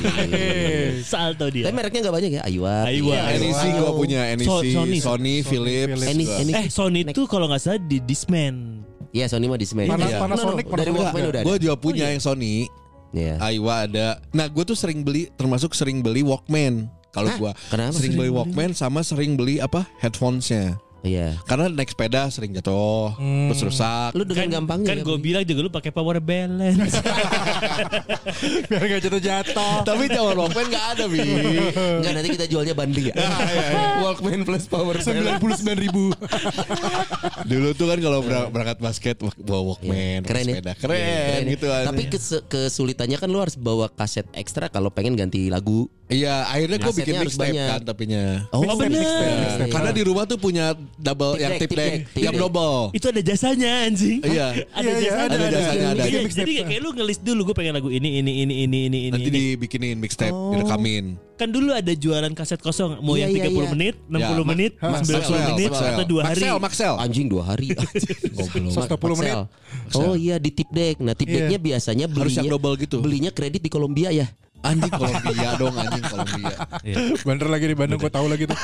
S5: Salto dia.
S4: iya. Tapi mereknya enggak banyak ya. Aywa.
S5: Iya. Aywa.
S6: Iya, NEC gua punya NEC,
S5: So- Sony.
S6: Sony, Philips.
S4: Ini
S6: gua.
S4: ini.
S5: Eh Sony itu kalau nggak salah di Discman.
S4: Iya Sony mah di Smash.
S3: Pana-
S4: Iya.
S3: Panasonic,
S4: Dari
S3: Panasonic.
S4: Walkman udah ada.
S6: Gua juga punya yang Sony,
S4: Iya.
S6: Aiwa ada. Nah, gua tuh sering beli termasuk sering beli Walkman. Kalau
S4: Hah?
S6: gua
S4: Kenapa?
S6: sering beli Walkman sama sering beli apa? Headphonesnya
S4: Iya.
S6: Karena naik sepeda sering jatuh,
S4: Hmm.
S6: terus rusak.
S4: Lu dengan gampangnya.
S5: Kan
S4: ya, Iya.
S5: gue
S4: Bang?
S5: bilang juga lu pakai power balance.
S3: Biar gak jatuh-jatuh.
S6: Tapi zaman Walkman nggak ada, Bi.
S4: Enggak nanti kita jualnya banding ya. Walkman plus power bank.
S3: 99 ribu.
S6: Dulu tuh kan kalau ber- berangkat basket wak- bawa Walkman,
S4: keren ya.
S6: pakai sepeda.
S4: Iya,
S6: Keren,
S4: ya.
S6: gitu kan.
S4: Tapi kes- kesulitannya kan lu harus bawa kaset ekstra kalau pengen ganti lagu.
S6: iya, akhirnya gue
S4: Kasetnya
S6: bikin
S4: harus
S6: mixtape
S4: banyak.
S6: kan tapinya.
S4: Oh,
S5: bener.
S4: Iya.
S6: Karena di rumah tuh punya
S4: Tape
S6: double yang
S4: deck,
S6: tip
S4: tape
S6: deck,
S4: deck, tape
S6: yang
S4: deck.
S6: double.
S5: Itu ada jasanya anjing.
S6: Iya.
S5: Ada
S3: Iya, iya,
S5: jasanya.
S6: ada jasanya, ada.
S5: Iya,
S3: Mixtape.
S5: Jadi kayak- kayak lu ngelis dulu gue pengen lagu ini ini ini ini ini ini.
S6: Nanti
S5: ini.
S6: dibikinin mixtape, direkamin.
S5: Kan dulu ada jualan kaset kosong mau
S4: Iya,
S5: yang
S4: iya,
S5: 30
S4: iya.
S5: menit, 60
S6: Ya,
S5: menit,
S6: Maxell,
S5: 90 menit
S6: Maxell.
S5: atau 2 hari.
S6: Maxell, Maxell.
S4: Anjing dua hari. Goblok.
S3: 120 menit.
S4: Maxell. Oh iya di tip deck. Nah tip decknya biasanya belinya
S6: Iya. Harus yang double gitu.
S4: Belinya kredit di Kolombia ya.
S6: Anjing Kolombia dong, anjing Kolombia.
S3: Bener lagi di Bandung, gue tahu lagi tuh.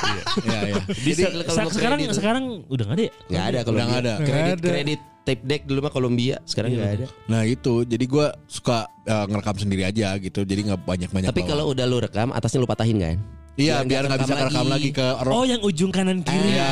S6: Iya, iya.
S4: Bisa
S5: Sa- sa- sekarang sekarang udah gak ada ya?
S4: nggak ada kalau
S6: nggak ada.
S4: Kredit
S3: Nggak ada.
S4: kredit tip deck dulu mah Kolombia sekarang nggak ada.
S6: Nah itu, jadi gue suka eh, ngerekam sendiri aja gitu, jadi nggak banyak-banyak.
S4: Tapi
S6: bawa.
S4: kalau udah lu rekam atasnya lu patahin kan?
S6: iya biar nggak bisa ngerekam lagi ke
S5: Oh
S6: rock.
S5: yang ujung kanan kiri.
S4: Iya,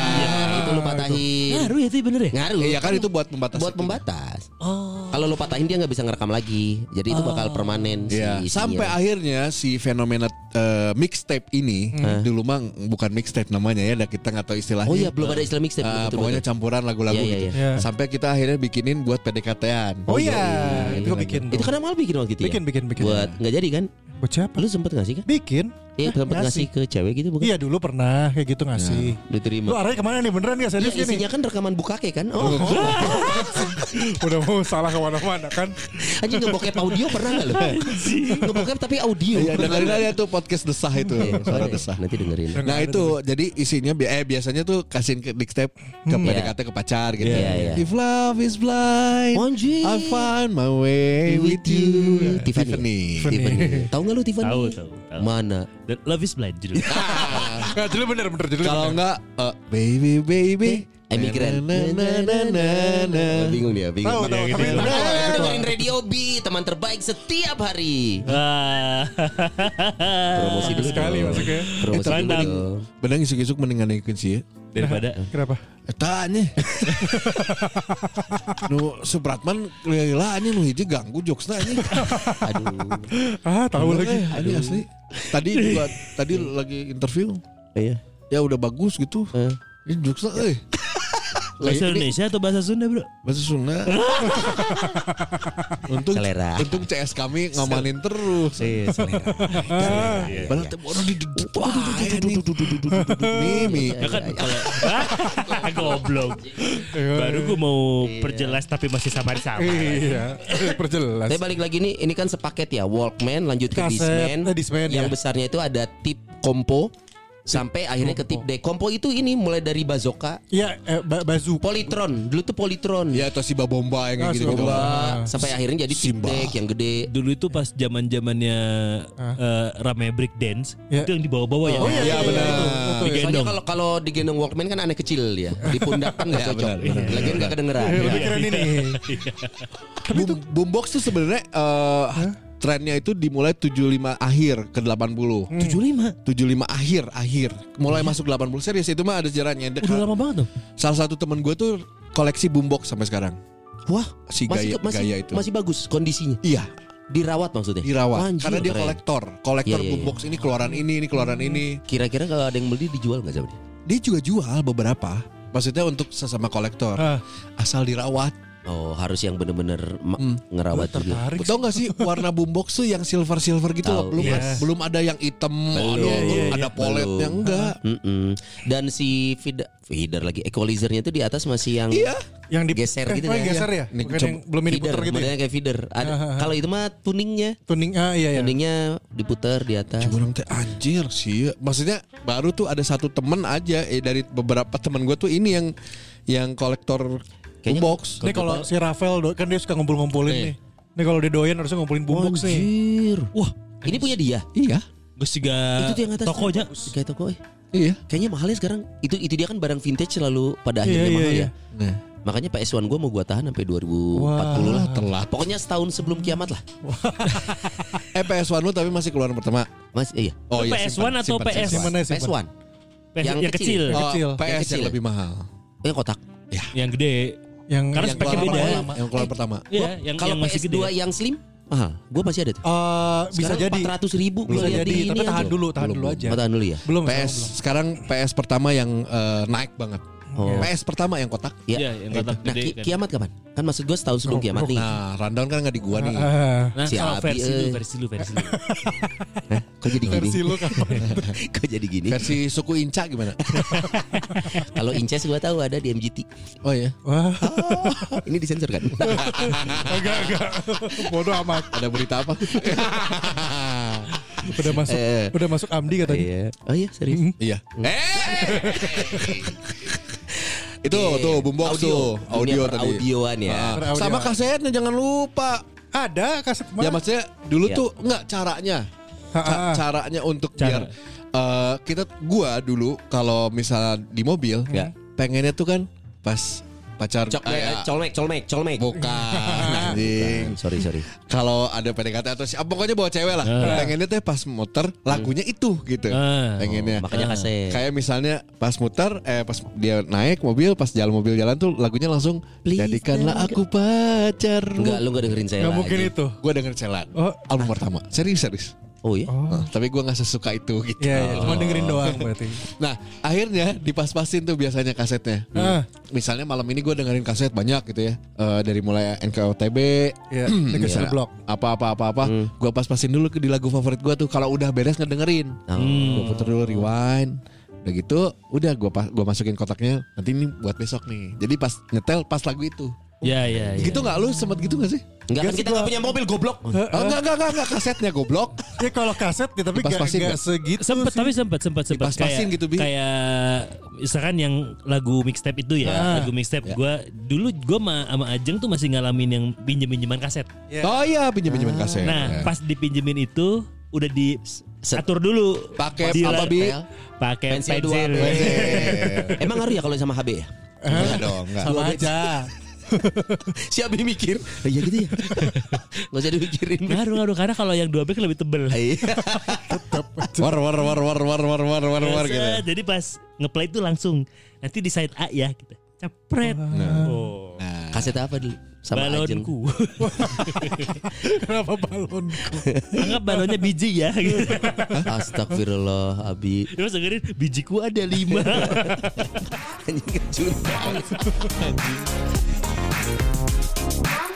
S4: itu lu patahin.
S5: Ngaruh ya itu bener ya?
S4: Ngaruh.
S6: Iya kan Nah, itu buat pembatas.
S4: buat pembatas.
S5: Oh.
S4: Kalau lu patahin dia nggak bisa ngerekam lagi. Jadi itu
S3: Oh.
S4: bakal permanen
S6: Iya.
S4: si isinya.
S6: Sampai akhirnya si fenomena eh, mixtape ini Eh. dulu mah bukan mixtape namanya ya, dah kita nggak tahu istilahnya.
S4: Oh iya belum ada Islamic
S3: Ah,
S4: step
S6: Eh, pokoknya campuran lagu-lagu
S4: Iya, iya,
S6: gitu.
S3: iya.
S6: Sampai kita akhirnya bikinin buat PDKT-an.
S3: Oh iya, itu
S6: lagi.
S3: bikin.
S4: Itu
S3: tuh.
S4: karena malu bikin waktu itu ya?
S3: Bikin, bikin, bikin.
S4: Buat nggak jadi kan?
S3: Buat siapa?
S4: Lu sempet ngasih kan?
S3: Bikin.
S4: Iya sempet ngasih Iya. ke cewek gitu bukan?
S3: Iya dulu pernah kayak gitu ngasih. Lu
S4: Diterima.
S3: arahnya kemana nih beneran gak
S4: Iya
S3: serius gini? Iya.
S4: isinya kan rekaman bukake kan? Oh,
S3: Udah mau salah kemana-mana kan?
S4: anjing ngebokep audio pernah nggak lu? ngebokep tapi audio.
S6: Iya, dengerin aja tuh podcast desah itu,
S4: Iya,
S6: suara desah.
S4: Nanti dengerin.
S6: Nah itu jadi isinya bi- eh biasanya tuh kasihin ke mixtape ke PDKT ke pacar gitu.
S4: Hmm, Iya, iya.
S6: If love is blind,
S4: Anjing.
S6: I find my way with you.
S4: With you.
S6: Ya,
S4: Tiffany. Tiffany. Tahu nggak lu Tiffany?
S5: Tahu, tahu, tahu.
S4: Mana?
S5: The Love is blind judul.
S3: Nah, jadi bener-bener jadi
S6: Kalau enggak eh, baby baby
S4: Emigran.
S6: Na, na, na, na, na.
S4: Bingung dia,
S3: Tahu,
S4: bingung.
S3: tahu, tapi
S4: Nah, dengerin Radio B, teman terbaik setiap hari.
S5: Ah.
S4: Promosi dulu
S3: sekali
S4: dong.
S3: masuknya.
S4: Promosi dulu
S5: Mantap.
S4: dong.
S6: Benar isuk-isuk mendingan ikutin sih. ya. Eh,
S5: Daripada
S3: Kenapa?
S6: Tanya. nu Supratman lelanya nu hiji ganggu jokesna anjing.
S4: Aduh.
S3: Ah, tahu
S6: Bener,
S3: lagi.
S6: eh, anjing asli. Tadi juga tadi lagi interview.
S4: Iya.
S6: Ya udah bagus gitu.
S4: Eh.
S6: Ini jokesnya eh
S5: bahasa Indonesia atau bahasa Sunda bro?
S6: Bahasa Sunda. untung
S4: Selera.
S6: untung CS kami ngamanin terus.
S4: Iya, selera.
S6: Padahal tiap orang di wah, ini. Mimi.
S5: Ya kan kalau goblok.
S6: Iya.
S5: Baru gue mau perjelas tapi masih samar-samar.
S3: Iya, perjelas.
S4: Tapi balik lagi nih, ini kan sepaket ya Walkman, lanjut ke
S3: Kaset,
S4: Discman,
S3: eh, Discman,
S4: Yang
S3: ya.
S4: besarnya itu ada tip kompo Sampai akhirnya ke tip deck Kompo itu ini mulai dari Bazoka
S3: Iya, eh, ba- bazooka.
S4: Politron, dulu tuh Politron
S6: Ya atau si Babomba yang
S3: Ah,
S6: kayak
S3: si
S6: gitu.
S3: Babomba.
S4: Wah, Sampai akhirnya jadi tip
S6: Simba.
S4: deck yang gede
S5: Dulu itu pas zaman zamannya eh, rame break dance
S3: Ya.
S5: itu yang dibawa-bawa ya.
S3: Oh, iya,
S6: Iya benar.
S4: Soalnya
S5: Digendong.
S4: kalau kalau digendong Walkman kan aneh kecil ya Di pundak kan gak cocok
S6: Iya, benar, Iya, benar.
S4: Lagi gak kedengeran
S3: Eh,
S4: Ya.
S3: Lebih keren ini.
S6: Boom- Boombox tuh sebenarnya eh, trennya itu dimulai 75 akhir ke 80.
S5: Hmm. 75.
S6: 75 akhir akhir mulai masuk 80 serius itu mah ada sejarahnya
S5: Udah lama banget dong.
S6: salah satu temen gue tuh koleksi boombox sampai sekarang
S4: Wah
S6: Si
S4: masih,
S6: gaya-
S4: masih,
S6: gaya itu.
S4: masih bagus kondisinya
S6: iya
S4: Dirawat maksudnya
S6: dirawat
S4: Anjir,
S6: karena dia
S4: keren.
S6: kolektor
S4: Iya, iya,
S6: kolektor
S4: iya.
S6: boombox ini keluaran ini ini keluaran ini
S4: Kira-kira kalau ada yang beli dijual gak Zabri?
S6: dia juga jual beberapa maksudnya untuk sesama kolektor
S3: Ah.
S6: asal dirawat
S4: Oh harus yang bener-bener ma-
S6: Hmm.
S4: ngerawat juga.
S3: Tertarik
S6: Tau gak sih warna boombox tuh yang silver silver gitu loh
S4: Tahu. iya.
S6: belum
S5: Yes.
S6: belum ada yang hitam
S4: Belum.
S6: ada,
S4: Iya, iya, iya.
S6: ada poletnya
S4: Belum. Ah.
S6: enggak
S4: Mm-mm. Dan si feed- feeder lagi equalizernya tuh di atas masih yang
S6: Iya.
S3: yang di
S4: geser
S3: eh, oh,
S4: gitu kan?
S3: geser ya
S6: Nih,
S3: bukan
S6: coba-
S3: yang belum ini
S4: feeder,
S3: diputar gitu ya
S4: modelnya kayak feeder. Ada- Kalau itu mah tuningnya,
S3: tuning ah iya iya
S4: tuningnya diputar di atas.
S6: Cuma orang teh anjir sih maksudnya baru tuh ada satu temen aja eh, dari beberapa temen gue tuh ini yang yang kolektor
S4: Kayaknya
S6: boombox
S3: Nih kalau si Rafael do- kan dia suka ngumpul-ngumpulin
S4: Iya.
S3: nih. Nih kalau dia doyan harusnya ngumpulin
S4: Oh,
S3: boombox nih.
S4: Anjir.
S5: Wah,
S4: Ini punya dia.
S6: iya
S5: gue juga
S4: itu tuh yang atas.
S5: Eh, tokonya.
S4: Kayak toko. eh.
S6: iya
S4: Kayaknya mahalnya sekarang. Itu itu dia kan barang vintage selalu
S3: Iya,
S4: pada akhirnya
S3: iya,
S4: mahal
S3: iya.
S4: ya.
S6: nah
S4: Makanya PS1 gue mau gue tahan sampai 2040 lah.
S6: Wah, telat.
S4: Pokoknya setahun sebelum kiamat lah.
S6: eh PS1 lu tapi masih keluaran pertama
S4: Mas iya.
S6: oh
S5: Itu PS1
S6: simpan,
S5: atau
S6: simpan,
S5: PS?
S6: simpan.
S3: Simpen aja, simpen.
S4: PS1.
S5: yang,
S4: Yang
S5: kecil,
S6: Oh,
S3: kecil.
S6: PS yang,
S4: Kecil ya?
S6: lebih mahal
S4: Yang kotak.
S5: yang gede.
S3: Yang
S5: Karena
S3: yang
S5: speknya
S4: ya.
S6: keluaran
S5: beda.
S6: pertama, yang keluaran pertama
S5: Iya, yang,
S4: Kalau
S5: yang masih
S4: PS2
S5: gede.
S4: yang slim mahal. Gue masih ada tuh.
S3: Eh, bisa
S4: Sekarang
S3: jadi
S4: 400 ribu
S3: bisa jadi tapi tahan dulu, tahan dulu aja.
S4: Tahan dulu ya.
S3: Belum
S6: PS
S3: belum.
S6: sekarang PS pertama yang eh, naik banget
S4: Oh.
S6: PS pertama yang kotak
S4: Ya.
S5: Iya, yang kotak
S4: Nah,
S5: gede
S4: ki-
S5: kan.
S4: kiamat kapan? Kan maksud gue setahun sebelum kiamat nih.
S6: nah rundown kan nggak di gua nih
S4: Iya.
S3: Ah,
S5: Nah,
S4: Si
S5: kalau
S4: Abi,
S5: versi lu,
S4: eh.
S5: versi lu, versi lu.
S4: Kok jadi gini?
S3: versi lu kan. kapan?
S4: Iya. Kok jadi gini?
S6: versi suku Inca gimana
S4: Kalau Inces gue tahu ada di MGT.
S6: oh iya
S3: Wah,
S4: Ini disensor kan?
S3: enggak enggak. Bodoh amat.
S6: ada berita apa
S3: Udah masuk
S4: Eh.
S3: udah masuk Amdi katanya.
S4: Iya. Oh iya serius.
S6: Iya. Eh. itu tuh boombox tuh Iya, audio
S4: Dunia
S6: tadi.
S4: Audioan ya.
S6: Ah,
S3: Audio.
S6: Sama kasetnya jangan lupa.
S3: Ada kaset
S6: Ya
S3: mana?
S6: maksudnya dulu
S4: Iya.
S6: tuh enggak caranya.
S3: Ha,
S6: Ca-
S3: ha.
S6: caranya untuk biar
S5: Cara.
S6: eh, kita gua dulu kalau misalnya di mobil
S4: Ya.
S6: pengennya tuh kan pas pacar
S4: Cok,
S6: eh,
S4: eh, colmek, colmek, colmek.
S6: bukan anjing.
S4: Bukan, Sorry, sorry.
S6: kalau ada PDKT atau siapa pokoknya bawa cewek lah
S4: Eh.
S6: pengennya teh pas muter lagunya itu gitu
S5: Ah.
S6: pengennya
S4: Oh,
S6: Eh.
S4: Makanya kaset.
S6: kayak misalnya pas muter eh pas dia naik mobil pas jalan mobil jalan tuh lagunya langsung
S4: Please
S6: jadikanlah
S4: don't
S6: aku pacarmu
S4: Enggak, lu enggak dengerin saya
S3: Enggak
S4: lagi.
S3: mungkin itu.
S6: gue denger celan
S3: Oh.
S6: album pertama serius serius
S4: Oh iya.
S6: Nah, tapi gue nggak sesuka itu gitu
S3: Iya, iya,
S4: Oh.
S3: cuma dengerin doang berarti.
S6: nah akhirnya dipas-pasin tuh biasanya kasetnya
S3: Ah.
S6: Hmm. misalnya malam ini gue dengerin kaset banyak gitu ya Eh, dari mulai NKOTB
S3: Iya, The Crystal
S6: misalnya
S3: Block.
S6: apa-apa apa-apa gue pas-pasin dulu ke di lagu favorit gue tuh kalau udah beres ngedengerin gue puter dulu rewind udah gitu udah gue gua masukin kotaknya nanti ini buat besok nih jadi pas nyetel pas lagu itu
S5: Ya, ya, ya.
S6: gitu nggak lu sempet gitu nggak sih
S4: Enggak kan kita enggak punya mobil goblok.
S6: oh, nggak nggak nggak nggak kasetnya goblok
S3: Ya kalau kaset ya, tapi enggak
S6: Dipas-pasin
S3: enggak segitu
S5: sempet
S3: sih.
S5: tapi sempet sempet sempet
S6: Dipas-pasin
S5: kayak
S6: gitu, Bi.
S5: kayak misalkan yang lagu mixtape
S4: Ah.
S5: itu ya lagu mixtape gua dulu gua sama, sama Ajeng tuh masih ngalamin yang pinjem pinjeman kaset
S3: Ya.
S6: oh iya pinjam pinjaman kaset
S5: nah pas dipinjemin itu udah di
S4: Set.
S5: atur dulu
S6: Pakai
S5: Di-
S6: apa, Bi?
S5: pakai
S4: Pensil
S5: pensil,
S4: dua, Emang ngaruh ya kalau sama HB ya?
S6: Enggak Iya dong nggak.
S3: Sama aja.
S4: Si HB mikir. Iya gitu ya. Enggak usah dipikirin.
S5: ngaruh ngaruh karena kalau yang dua back lebih tebel
S4: Iya.
S6: war war war war war war war war war
S5: Set,
S6: gitu
S5: jadi pas ngeplay itu langsung nanti di side A ya kita cepret
S6: Nah.
S5: oh.
S4: Kaset apa dulu? Sama Ajeng.
S5: balonku
S3: Kenapa balonku?
S5: anggap balonnya biji ya gitu.
S4: Astagfirullah, Abi.
S5: terus dengerin bijiku ada lima
S4: Anjing kecil.
S7: Bye.